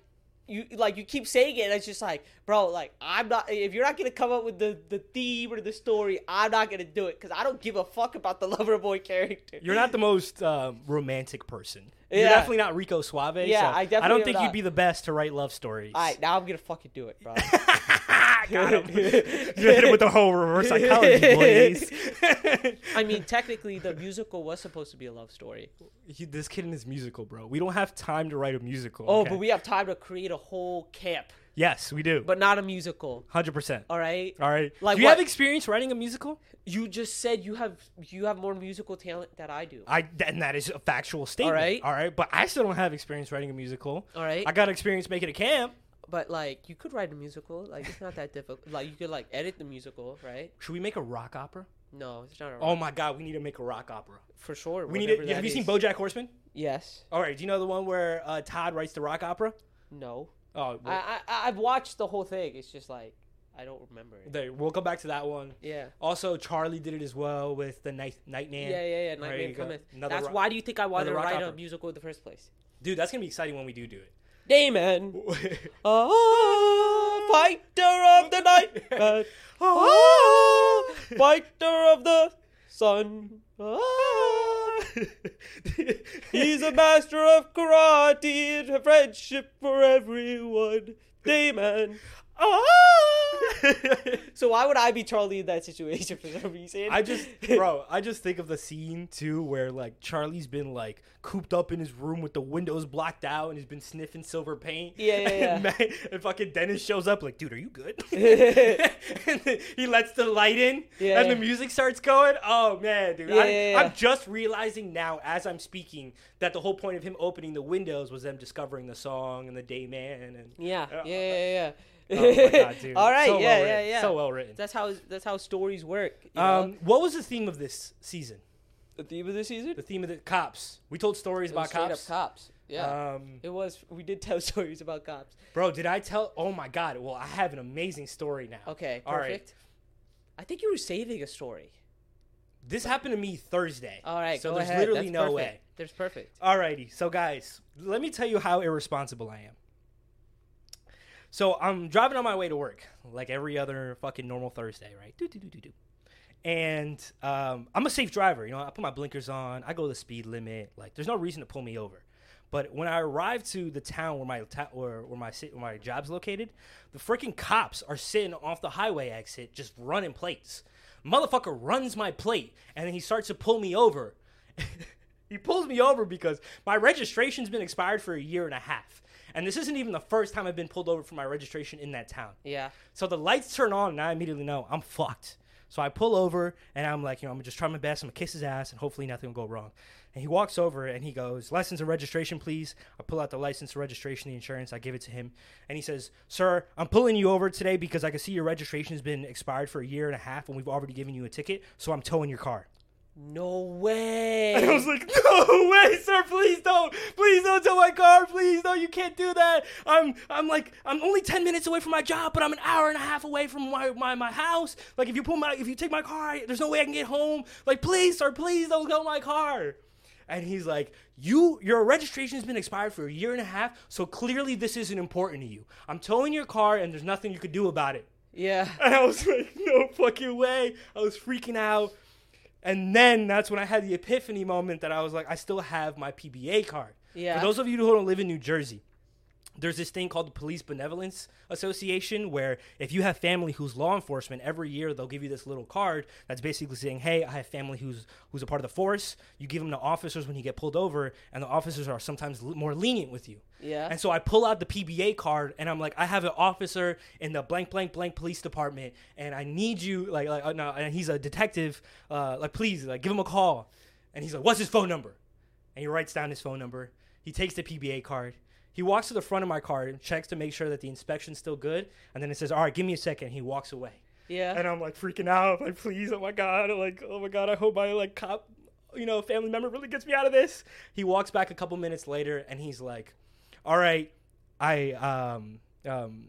Speaker 1: you like you keep saying it. and It's just like, bro, like I'm not. If you're not gonna come up with the the theme or the story, I'm not gonna do it because I don't give a fuck about the lover boy character.
Speaker 2: You're not the most um, romantic person. You're
Speaker 1: Yeah.
Speaker 2: definitely not Rico Suave.
Speaker 1: Yeah,
Speaker 2: so
Speaker 1: I definitely
Speaker 2: I don't
Speaker 1: am
Speaker 2: think
Speaker 1: not.
Speaker 2: you'd be the best to write love stories.
Speaker 1: All right, now I'm gonna fucking do it, bro.
Speaker 2: Got him. you hit him with the whole reverse psychology, boys.
Speaker 1: I mean, technically, the musical was supposed to be a love story.
Speaker 2: He- this kid in his musical, bro. We don't have time to write a musical.
Speaker 1: Oh,
Speaker 2: okay?
Speaker 1: but we have time to create a whole camp,
Speaker 2: yes, we do.
Speaker 1: but not a musical.
Speaker 2: Hundred percent.
Speaker 1: All right.
Speaker 2: All right.
Speaker 1: Like
Speaker 2: do you
Speaker 1: what?
Speaker 2: have experience writing a musical?
Speaker 1: You just said you have you have more musical talent than I do.
Speaker 2: I and that is a factual statement.
Speaker 1: right.
Speaker 2: All right. But I still don't have experience writing a musical.
Speaker 1: All right.
Speaker 2: I got experience making a camp.
Speaker 1: But like, you could write a musical. Like, it's not that difficult. Like, you could like edit the musical, right?
Speaker 2: Should we make a rock opera?
Speaker 1: No, it's not a
Speaker 2: Oh my god, we need to make a rock opera.
Speaker 1: for sure.
Speaker 2: We need.
Speaker 1: whatever
Speaker 2: To, have
Speaker 1: that
Speaker 2: you seen
Speaker 1: is.
Speaker 2: BoJack Horseman?
Speaker 1: Yes.
Speaker 2: All right. Do you know the one where uh, Todd writes the rock opera?
Speaker 1: No.
Speaker 2: Oh,
Speaker 1: I,
Speaker 2: well,
Speaker 1: I I- I've watched the whole thing. It's just like I don't remember it.
Speaker 2: there. We'll come back to that one.
Speaker 1: Yeah.
Speaker 2: Also, Charlie did it as well with the night night man.
Speaker 1: Yeah, yeah, yeah.
Speaker 2: There you
Speaker 1: Nightmare
Speaker 2: go.
Speaker 1: Cometh.
Speaker 2: Another
Speaker 1: That's
Speaker 2: rock-
Speaker 1: why do you think I wanted to
Speaker 2: another rock
Speaker 1: write a
Speaker 2: opera.
Speaker 1: musical in the first place?
Speaker 2: Dude, that's gonna be exciting when we do do it.
Speaker 1: Damon,
Speaker 2: Oh,
Speaker 1: ah, fighter of the night, man. Ah,
Speaker 2: Oh.
Speaker 1: fighter of the sun. Ah, he's a master of karate and friendship for everyone. Damon.
Speaker 2: Ah!
Speaker 1: So why would I be Charlie in that situation for some reason?
Speaker 2: I just, bro, I just think of the scene too where like Charlie's been like cooped up in his room with the windows blocked out and he's been sniffing silver paint.
Speaker 1: Yeah, yeah,
Speaker 2: And,
Speaker 1: yeah.
Speaker 2: Ma- and fucking Dennis shows up like, dude, are you good? and then he lets the light in
Speaker 1: Yeah,
Speaker 2: and the
Speaker 1: yeah.
Speaker 2: music starts going. Oh man, dude,
Speaker 1: Yeah,
Speaker 2: I,
Speaker 1: yeah, yeah.
Speaker 2: I'm just realizing now as I'm speaking that the whole point of him opening the windows was them discovering the song and the day man and.
Speaker 1: yeah,
Speaker 2: Uh,
Speaker 1: yeah, yeah, yeah.
Speaker 2: Oh my God, dude.
Speaker 1: All right,
Speaker 2: So
Speaker 1: yeah,
Speaker 2: well
Speaker 1: yeah,
Speaker 2: written.
Speaker 1: yeah.
Speaker 2: So well written.
Speaker 1: That's how that's how stories work. you know?
Speaker 2: Um, what was the theme of this season?
Speaker 1: the theme of the season?
Speaker 2: The theme of the cops. We told stories about
Speaker 1: Straight
Speaker 2: cops.
Speaker 1: up cops.
Speaker 3: Yeah.
Speaker 2: Um,
Speaker 1: It was. We did tell stories about cops.
Speaker 2: bro, did I tell? Oh my God. Well, I have an amazing story now.
Speaker 1: Okay, perfect.
Speaker 2: All right.
Speaker 1: I think you were saving a story.
Speaker 2: This happened to me Thursday.
Speaker 1: All right,
Speaker 2: So
Speaker 1: go
Speaker 2: there's
Speaker 1: ahead.
Speaker 2: literally
Speaker 1: That's
Speaker 2: no
Speaker 1: perfect.
Speaker 2: way.
Speaker 1: There's perfect.
Speaker 2: Alrighty, so guys, let me tell you how irresponsible I am. So I'm driving on my way to work, like every other fucking normal Thursday, right? Do do do do do. And um, I'm a safe driver, you know. I put my blinkers on. I go the speed limit. Like, there's no reason to pull me over. But when I arrive to the town where my ta- where, where my sit- where my job's located, the freaking cops are sitting off the highway exit, just running plates. Motherfucker runs my plate, and then he starts to pull me over. He pulls me over because my registration's been expired for a year and a half. And this isn't even the first time I've been pulled over for my registration in that town.
Speaker 1: Yeah.
Speaker 2: So the lights turn on, and I immediately know I'm fucked. So I pull over, and I'm like, you know, I'm just trying my best. I'm gonna kiss his ass, and hopefully nothing will go wrong. And he walks over, and he goes, "License and registration, please." I pull out the license, and registration, the insurance. I give it to him, and he says, "Sir, I'm pulling you over today because I can see your registration has been expired for a year and a half, and we've already given you a ticket. So I'm towing your car."
Speaker 1: No
Speaker 2: And I
Speaker 1: way.
Speaker 2: was like, no way, sir, please don't. Please don't tow my car. Please, no, you can't do that. I'm I'm like, I'm only 10 minutes away from my job, but I'm an hour and a half away from my, my, my house. Like, if you pull my, if you take my car, I- there's no way I can get home. Like, please, sir, please don't tow my car. And he's like, you, your registration's been expired for a year and a half, so clearly this isn't important to you. I'm towing your car and there's nothing you could do about it.
Speaker 1: yeah.
Speaker 2: And I was like, no fucking way. I was freaking out. And then that's when I had the epiphany moment that I was like, I still have my PBA card.
Speaker 1: Yeah.
Speaker 2: For those of you who don't live in New Jersey, there's this thing called the Police Benevolence Association where if you have family who's law enforcement, every year they'll give you this little card that's basically saying, "Hey, I have family who's who's a part of the force." You give them to officers when you get pulled over, and the officers are sometimes l- more lenient with you.
Speaker 1: Yeah.
Speaker 2: And so I pull out the PBA card and I'm like, I have an officer in the blank blank blank police department, and I need you like like uh, no, and he's a detective. Uh, like please, like give him a call. And he's like, what's his phone number? And he writes down his phone number. He takes the PBA card. He walks to the front of my car and checks to make sure that the inspection's still good. And then it says, all right, give me a second. He walks away.
Speaker 1: Yeah.
Speaker 2: And I'm like freaking out. I'm like, please, oh my god, I'm like, oh my god, I hope my like cop, you know, family member really gets me out of this. He walks back a couple minutes later and he's like, All right, I um um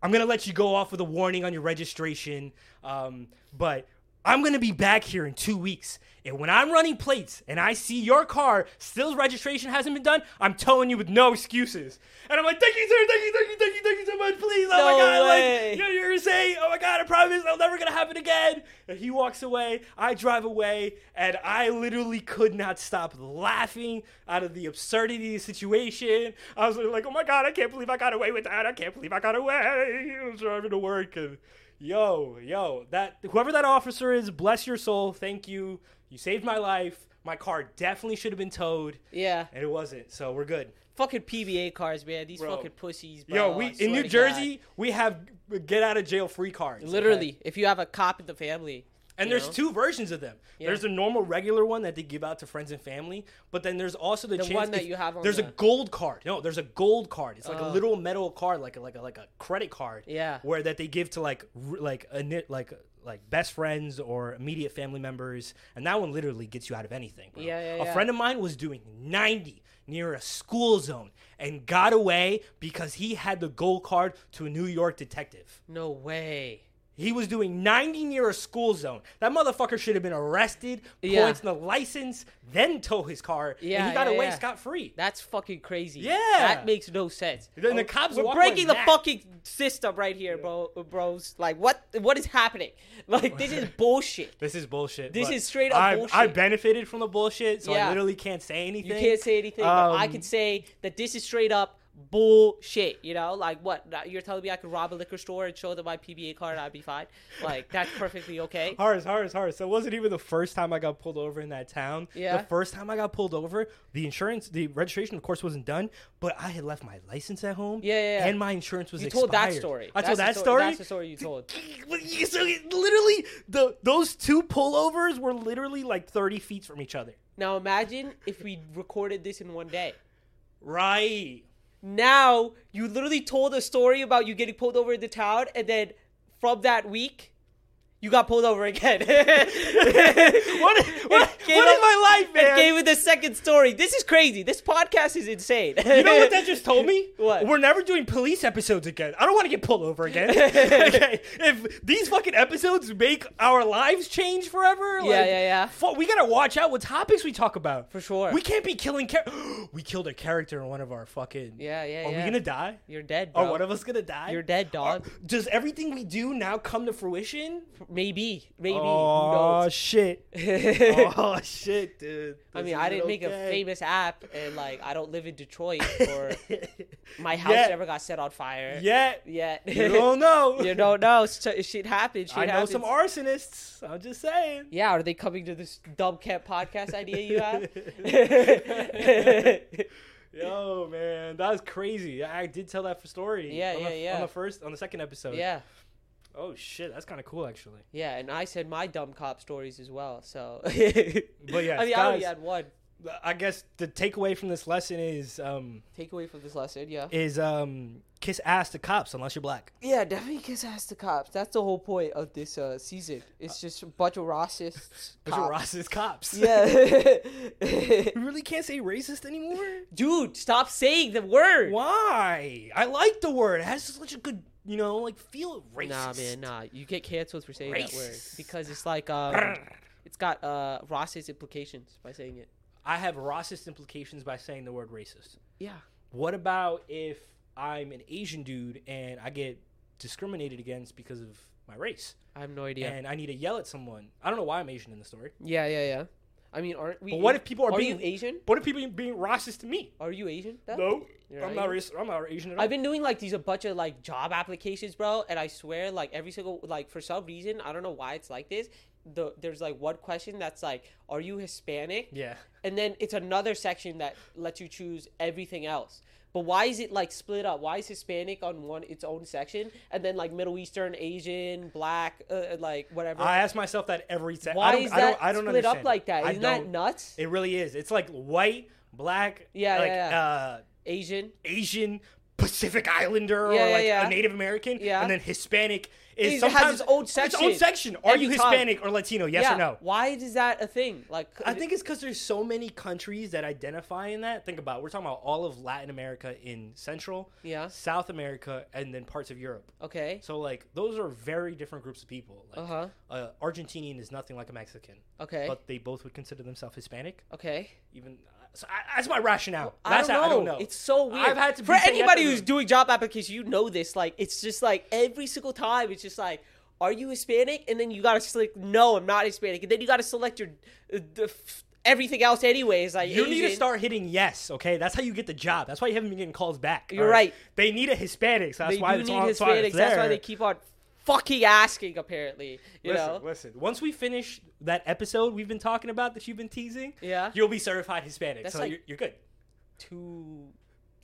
Speaker 2: I'm gonna let you go off with a warning on your registration. Um, but I'm gonna be back here in two weeks. And when I'm running plates and I see your car still registration hasn't been done, I'm towing you with no excuses. And I'm like, thank you, sir, thank you, thank you, thank you, thank you so much, please. Oh
Speaker 1: No
Speaker 2: my god,
Speaker 1: way.
Speaker 2: like you know, you're saying, oh my god, I promise i will never gonna happen again. And he walks away, I drive away, and I literally could not stop laughing out of the absurdity of the situation. I was like, oh my god, I can't believe I got away with that. I can't believe I got away. I was driving to work and yo, yo, that whoever that officer is, bless your soul, thank you. You saved my life. My car definitely should have been towed,
Speaker 1: Yeah.
Speaker 2: and it wasn't, so we're good. oh,
Speaker 1: Fucking PBA cards, man. These
Speaker 2: Bro.
Speaker 1: fucking pussies. Bro.
Speaker 2: Yo,
Speaker 1: I
Speaker 2: we
Speaker 1: swear
Speaker 2: in New
Speaker 1: to
Speaker 2: Jersey, we have get out of jail free cards.
Speaker 1: God.
Speaker 2: okay?
Speaker 1: Literally, if you have a cop in the family.
Speaker 2: And
Speaker 1: you
Speaker 2: there's
Speaker 1: know?
Speaker 2: two versions of them. There's the normal regular one that they give out to friends and family, but then there's also the,
Speaker 1: The
Speaker 2: chance
Speaker 1: one that
Speaker 2: if-
Speaker 1: you have on
Speaker 2: There's a
Speaker 1: the-
Speaker 2: gold card. No, there's a gold card. It's like a
Speaker 1: Oh.
Speaker 2: little metal card, like a, like a, like a credit card.
Speaker 1: Yeah.
Speaker 2: Where that they give to like r- like a ni- like like best friends or immediate family members, and that one literally gets you out of anything. bro.
Speaker 1: Yeah, yeah,
Speaker 2: A
Speaker 1: yeah.
Speaker 2: friend of mine was doing 90 near a school zone and got away because he had the gold card to a New York detective.
Speaker 1: No way.
Speaker 2: He was doing 90 near a school zone. That motherfucker should have been arrested,
Speaker 1: Yeah.
Speaker 2: points in the license, then tow his car. and
Speaker 1: Yeah,
Speaker 2: he got
Speaker 1: yeah,
Speaker 2: away
Speaker 1: yeah.
Speaker 2: scot free.
Speaker 1: That's fucking crazy.
Speaker 2: Yeah.
Speaker 1: That makes no sense.
Speaker 2: Then the
Speaker 1: Oh,
Speaker 2: cops
Speaker 1: We're
Speaker 2: walk
Speaker 1: breaking
Speaker 2: on
Speaker 1: the
Speaker 2: that.
Speaker 1: fucking system right here, bro. Bros. Like, what? What is happening? Like, this is bullshit.
Speaker 2: This is bullshit.
Speaker 1: This
Speaker 2: but
Speaker 1: is straight up
Speaker 2: I,
Speaker 1: bullshit.
Speaker 2: I benefited from the bullshit, so I
Speaker 1: Yeah.
Speaker 2: literally can't say anything.
Speaker 1: You can't say anything, but I
Speaker 2: Um,
Speaker 1: can say that this is straight up bullshit. You know, like what? You're telling me I could rob a liquor store and show them my PBA card and I'd be fine? Like that's perfectly okay.
Speaker 2: Hard, hard, hard. So it wasn't even the first time I got pulled over in that town.
Speaker 1: Yeah.
Speaker 2: The first time I got pulled over, the insurance, the registration, of course, wasn't done, but I had left my license at home.
Speaker 1: Yeah, yeah, yeah.
Speaker 2: And my insurance was
Speaker 1: You
Speaker 2: expired.
Speaker 1: told that story.
Speaker 2: I
Speaker 1: That's
Speaker 2: told
Speaker 1: the
Speaker 2: that
Speaker 1: sto-
Speaker 2: story.
Speaker 1: That's the story you told.
Speaker 2: Well, you- so it- literally the those two pullovers were literally like 30 feet from each other
Speaker 1: Now imagine if we recorded this in one day.
Speaker 2: right
Speaker 1: Now you literally told a story about you getting pulled over in the town, and then from that week, you got pulled over again.
Speaker 2: what, what, what
Speaker 1: It
Speaker 2: is
Speaker 1: gave up-
Speaker 2: my life man
Speaker 1: It gave even the second story. This is crazy. This podcast is insane.
Speaker 2: You know what that just told me?
Speaker 1: What?
Speaker 2: We're never doing police episodes again. I don't want to get pulled over again. okay. If these fucking episodes make our lives change forever,
Speaker 1: Yeah, yeah, yeah.
Speaker 2: fu- we gotta watch out what topics we talk about.
Speaker 1: For sure.
Speaker 2: We can't be killing. Char- we killed a character in one of our fucking.
Speaker 1: Yeah, yeah,
Speaker 2: Are we
Speaker 1: yeah.
Speaker 2: gonna die?
Speaker 1: You're dead,
Speaker 2: Are
Speaker 1: bro.
Speaker 2: one of us gonna die?
Speaker 1: You're dead,
Speaker 2: Are-
Speaker 1: dog.
Speaker 2: does everything we do now come to fruition?
Speaker 1: Maybe, maybe.
Speaker 2: oh
Speaker 1: Who knows?
Speaker 2: shit! oh shit, dude.
Speaker 1: I
Speaker 2: This
Speaker 1: mean, I
Speaker 2: isn't
Speaker 1: didn't make a
Speaker 2: okay.
Speaker 1: famous app, and like, I don't live in Detroit, or my house
Speaker 2: Yet.
Speaker 1: never got set on fire.
Speaker 2: Yet
Speaker 1: Yet.
Speaker 2: you don't know.
Speaker 1: You don't know. So- Shit happens. Shit
Speaker 2: I know
Speaker 1: happens.
Speaker 2: some arsonists. I'm just saying.
Speaker 1: Yeah, are they coming to this dumb cat podcast idea you have?
Speaker 2: Yo, man, that was crazy. I I did tell that for story.
Speaker 1: Yeah,
Speaker 2: on
Speaker 1: yeah,
Speaker 2: the,
Speaker 1: yeah.
Speaker 2: On the first, on the second episode.
Speaker 1: yeah,
Speaker 2: Oh shit, that's kind of cool actually.
Speaker 1: yeah, and I said my dumb cop stories as well. So, but
Speaker 2: yes,
Speaker 1: I mean, I only
Speaker 2: guys-
Speaker 1: had one
Speaker 2: I guess the takeaway from this lesson is um
Speaker 1: takeaway from this lesson. Yeah,
Speaker 2: is um kiss ass to cops unless you're black.
Speaker 1: yeah, definitely kiss ass to cops. That's the whole point of this uh, season. It's just a bunch of racists.
Speaker 2: Those are
Speaker 1: cops.
Speaker 2: racist cops.
Speaker 1: Yeah,
Speaker 2: We really can't say racist anymore.
Speaker 1: dude, stop saying the word.
Speaker 2: Why? I like the word. It has such a good, you know, like feel of racist.
Speaker 1: Nah, man, nah. You get canceled for saying that word
Speaker 2: Racist.
Speaker 1: because it's like um, it's got uh racist implications by saying it.
Speaker 2: I have racist implications by saying the word racist.
Speaker 1: Yeah.
Speaker 2: What about if I'm an Asian dude and I get discriminated against because of my race
Speaker 1: I have no idea.
Speaker 2: and I need to yell at someone? I don't know why I'm Asian in the story.
Speaker 1: yeah, yeah, yeah. I mean, aren't we?
Speaker 2: But what if people are being-
Speaker 1: you Asian?
Speaker 2: What if people being racist to me?
Speaker 1: Are you Asian? though?
Speaker 2: No,
Speaker 1: You're
Speaker 2: I'm not
Speaker 1: not
Speaker 2: racist. I'm not Asian at all.
Speaker 1: I've been doing like these a bunch of like job applications, bro, and I swear, like every single like for some reason I don't know why it's like this. The there's like one question that's like, are you Hispanic?
Speaker 2: yeah.
Speaker 1: And then it's another section that lets you choose everything else. But why is it like split up? Why is Hispanic on one its own section, and then like Middle Eastern, Asian, Black, uh, like whatever?
Speaker 2: I ask myself that every time.
Speaker 1: why
Speaker 2: I don't,
Speaker 1: is
Speaker 2: I don't,
Speaker 1: that
Speaker 2: I don't
Speaker 1: split
Speaker 2: understand.
Speaker 1: up like that?
Speaker 2: I
Speaker 1: Isn't that
Speaker 2: don't-
Speaker 1: nuts?
Speaker 2: It really is. It's like white, black,
Speaker 1: Yeah,
Speaker 2: like
Speaker 1: yeah, yeah.
Speaker 2: Uh,
Speaker 1: Asian,
Speaker 2: Asian Pacific Islander
Speaker 1: Yeah,
Speaker 2: or
Speaker 1: yeah,
Speaker 2: like
Speaker 1: yeah.
Speaker 2: a Native American,
Speaker 1: Yeah.
Speaker 2: and then Hispanic
Speaker 1: It
Speaker 2: is
Speaker 1: has
Speaker 2: sometimes
Speaker 1: its own section.
Speaker 2: Its own section. Are you
Speaker 1: Every time.
Speaker 2: Hispanic or Latino? Yes or no?
Speaker 1: Why is that a thing? Like,
Speaker 2: I think it's because there's so many countries that identify in that. Think about it. we're talking about all of Latin America in Central,
Speaker 1: Yeah.
Speaker 2: South America, and then parts of Europe.
Speaker 1: okay,
Speaker 2: So like those are very different groups of people. Like,
Speaker 1: Uh-huh.
Speaker 2: uh, Argentinian is nothing like a Mexican,
Speaker 1: okay,
Speaker 2: but they both would consider themselves Hispanic.
Speaker 1: okay.
Speaker 2: Even uh, so I, that's my rationale. that's
Speaker 1: I don't,
Speaker 2: how-
Speaker 1: know.
Speaker 2: I don't know.
Speaker 1: It's so weird.
Speaker 2: I've had to
Speaker 1: for
Speaker 2: be saying
Speaker 1: anybody
Speaker 2: that to
Speaker 1: who's
Speaker 2: them.
Speaker 1: doing job application, you know this. Like, it's just like every single time, it's just like, are you Hispanic? And then you gotta select, no, I'm not Hispanic. And then you gotta select your uh, the, f- everything else anyways. Like,
Speaker 2: You need to
Speaker 1: Asian.
Speaker 2: start hitting yes, okay? That's how you get the job. That's why you haven't been getting calls back.
Speaker 1: You're
Speaker 2: all
Speaker 1: right.
Speaker 2: They need a Hispanic, so that's
Speaker 1: They
Speaker 2: why
Speaker 1: do
Speaker 2: it's
Speaker 1: need
Speaker 2: on- that's why
Speaker 1: Hispanics.
Speaker 2: it's
Speaker 1: That's why
Speaker 2: there.
Speaker 1: they keep on fucking asking. Apparently, you
Speaker 2: listen,
Speaker 1: know.
Speaker 2: listen. Once we finish that episode we've been talking about that you've been teasing,
Speaker 1: Yeah.
Speaker 2: you'll be certified Hispanic.
Speaker 1: That's
Speaker 2: so
Speaker 1: like-
Speaker 2: you're, you're good.
Speaker 1: Two,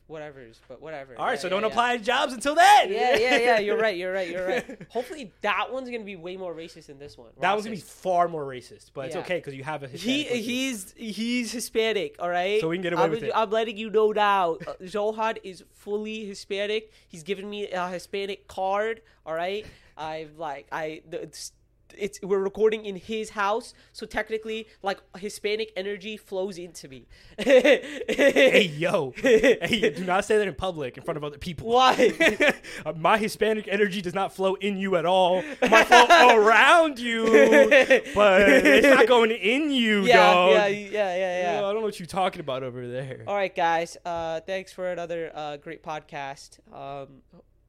Speaker 1: whatever's, but whatever.
Speaker 2: All right,
Speaker 1: Yeah,
Speaker 2: so
Speaker 1: yeah,
Speaker 2: don't
Speaker 1: yeah.
Speaker 2: apply to jobs until then.
Speaker 1: Yeah, yeah, yeah. You're right. You're right. You're right. Hopefully, that one's gonna be way more racist than this one.
Speaker 2: That one's gonna be
Speaker 1: Racist.
Speaker 2: far more racist, but it's
Speaker 1: Yeah.
Speaker 2: okay because you have a
Speaker 1: He
Speaker 2: Hispanic. with you.
Speaker 1: he's he's Hispanic. All right.
Speaker 2: So we can get away
Speaker 1: I'm,
Speaker 2: with it.
Speaker 1: I'm letting you know now. Uh, Zohar is fully Hispanic. He's given me a Hispanic card. All right. I've like I. The, it's, it's we're recording in his house, so technically, like Hispanic energy flows into me.
Speaker 2: Hey yo, hey! Do not say that in public in front of other people.
Speaker 1: Why?
Speaker 2: Uh, My Hispanic energy does not flow in you at all. My flow around you, but it's not going in you,
Speaker 1: Yeah,
Speaker 2: dog.
Speaker 1: yeah, yeah, yeah, yeah.
Speaker 2: Yo, I don't know what you're talking about over there.
Speaker 1: All right, guys. Uh, thanks for another uh, great podcast. Um,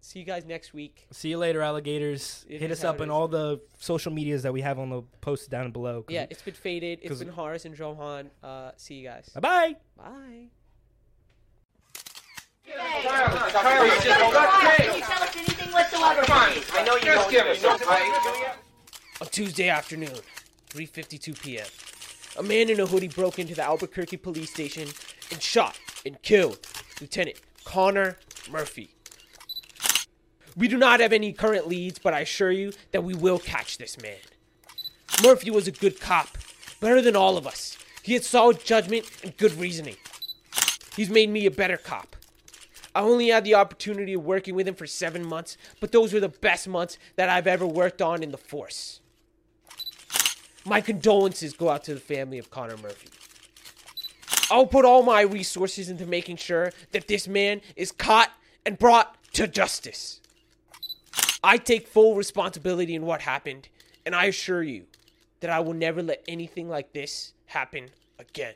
Speaker 1: see you guys next week.
Speaker 2: See you later, alligators.
Speaker 1: It
Speaker 2: Hit
Speaker 1: is
Speaker 2: us
Speaker 1: how
Speaker 2: up
Speaker 1: it
Speaker 2: in
Speaker 1: is.
Speaker 2: all the social medias that we have on the post down below. 'cause-
Speaker 1: Yeah, it's been faded. It's
Speaker 2: 'cause-
Speaker 1: been Horace and Johan. Uh, see you guys.
Speaker 2: Bye-bye.
Speaker 1: Bye.
Speaker 3: Kyrie, just don't let
Speaker 4: Can you tell us anything whatsoever?
Speaker 3: I know you just give it. No, I,
Speaker 1: A Tuesday afternoon, 3:52 p.m. A man in a hoodie broke into the Albuquerque police station and shot and killed Lieutenant Connor Murphy. We do not have any current leads, but I assure you that we will catch this man. Murphy was a good cop, better than all of us. He had solid judgment and good reasoning. He's made me a better cop. I only had the opportunity of working with him for seven months, but those were the best months that I've ever worked on in the force. My condolences go out to the family of Connor Murphy. I'll put all my resources into making sure that this man is caught and brought to justice. I take full responsibility in what happened, and I assure you that I will never let anything like this happen again.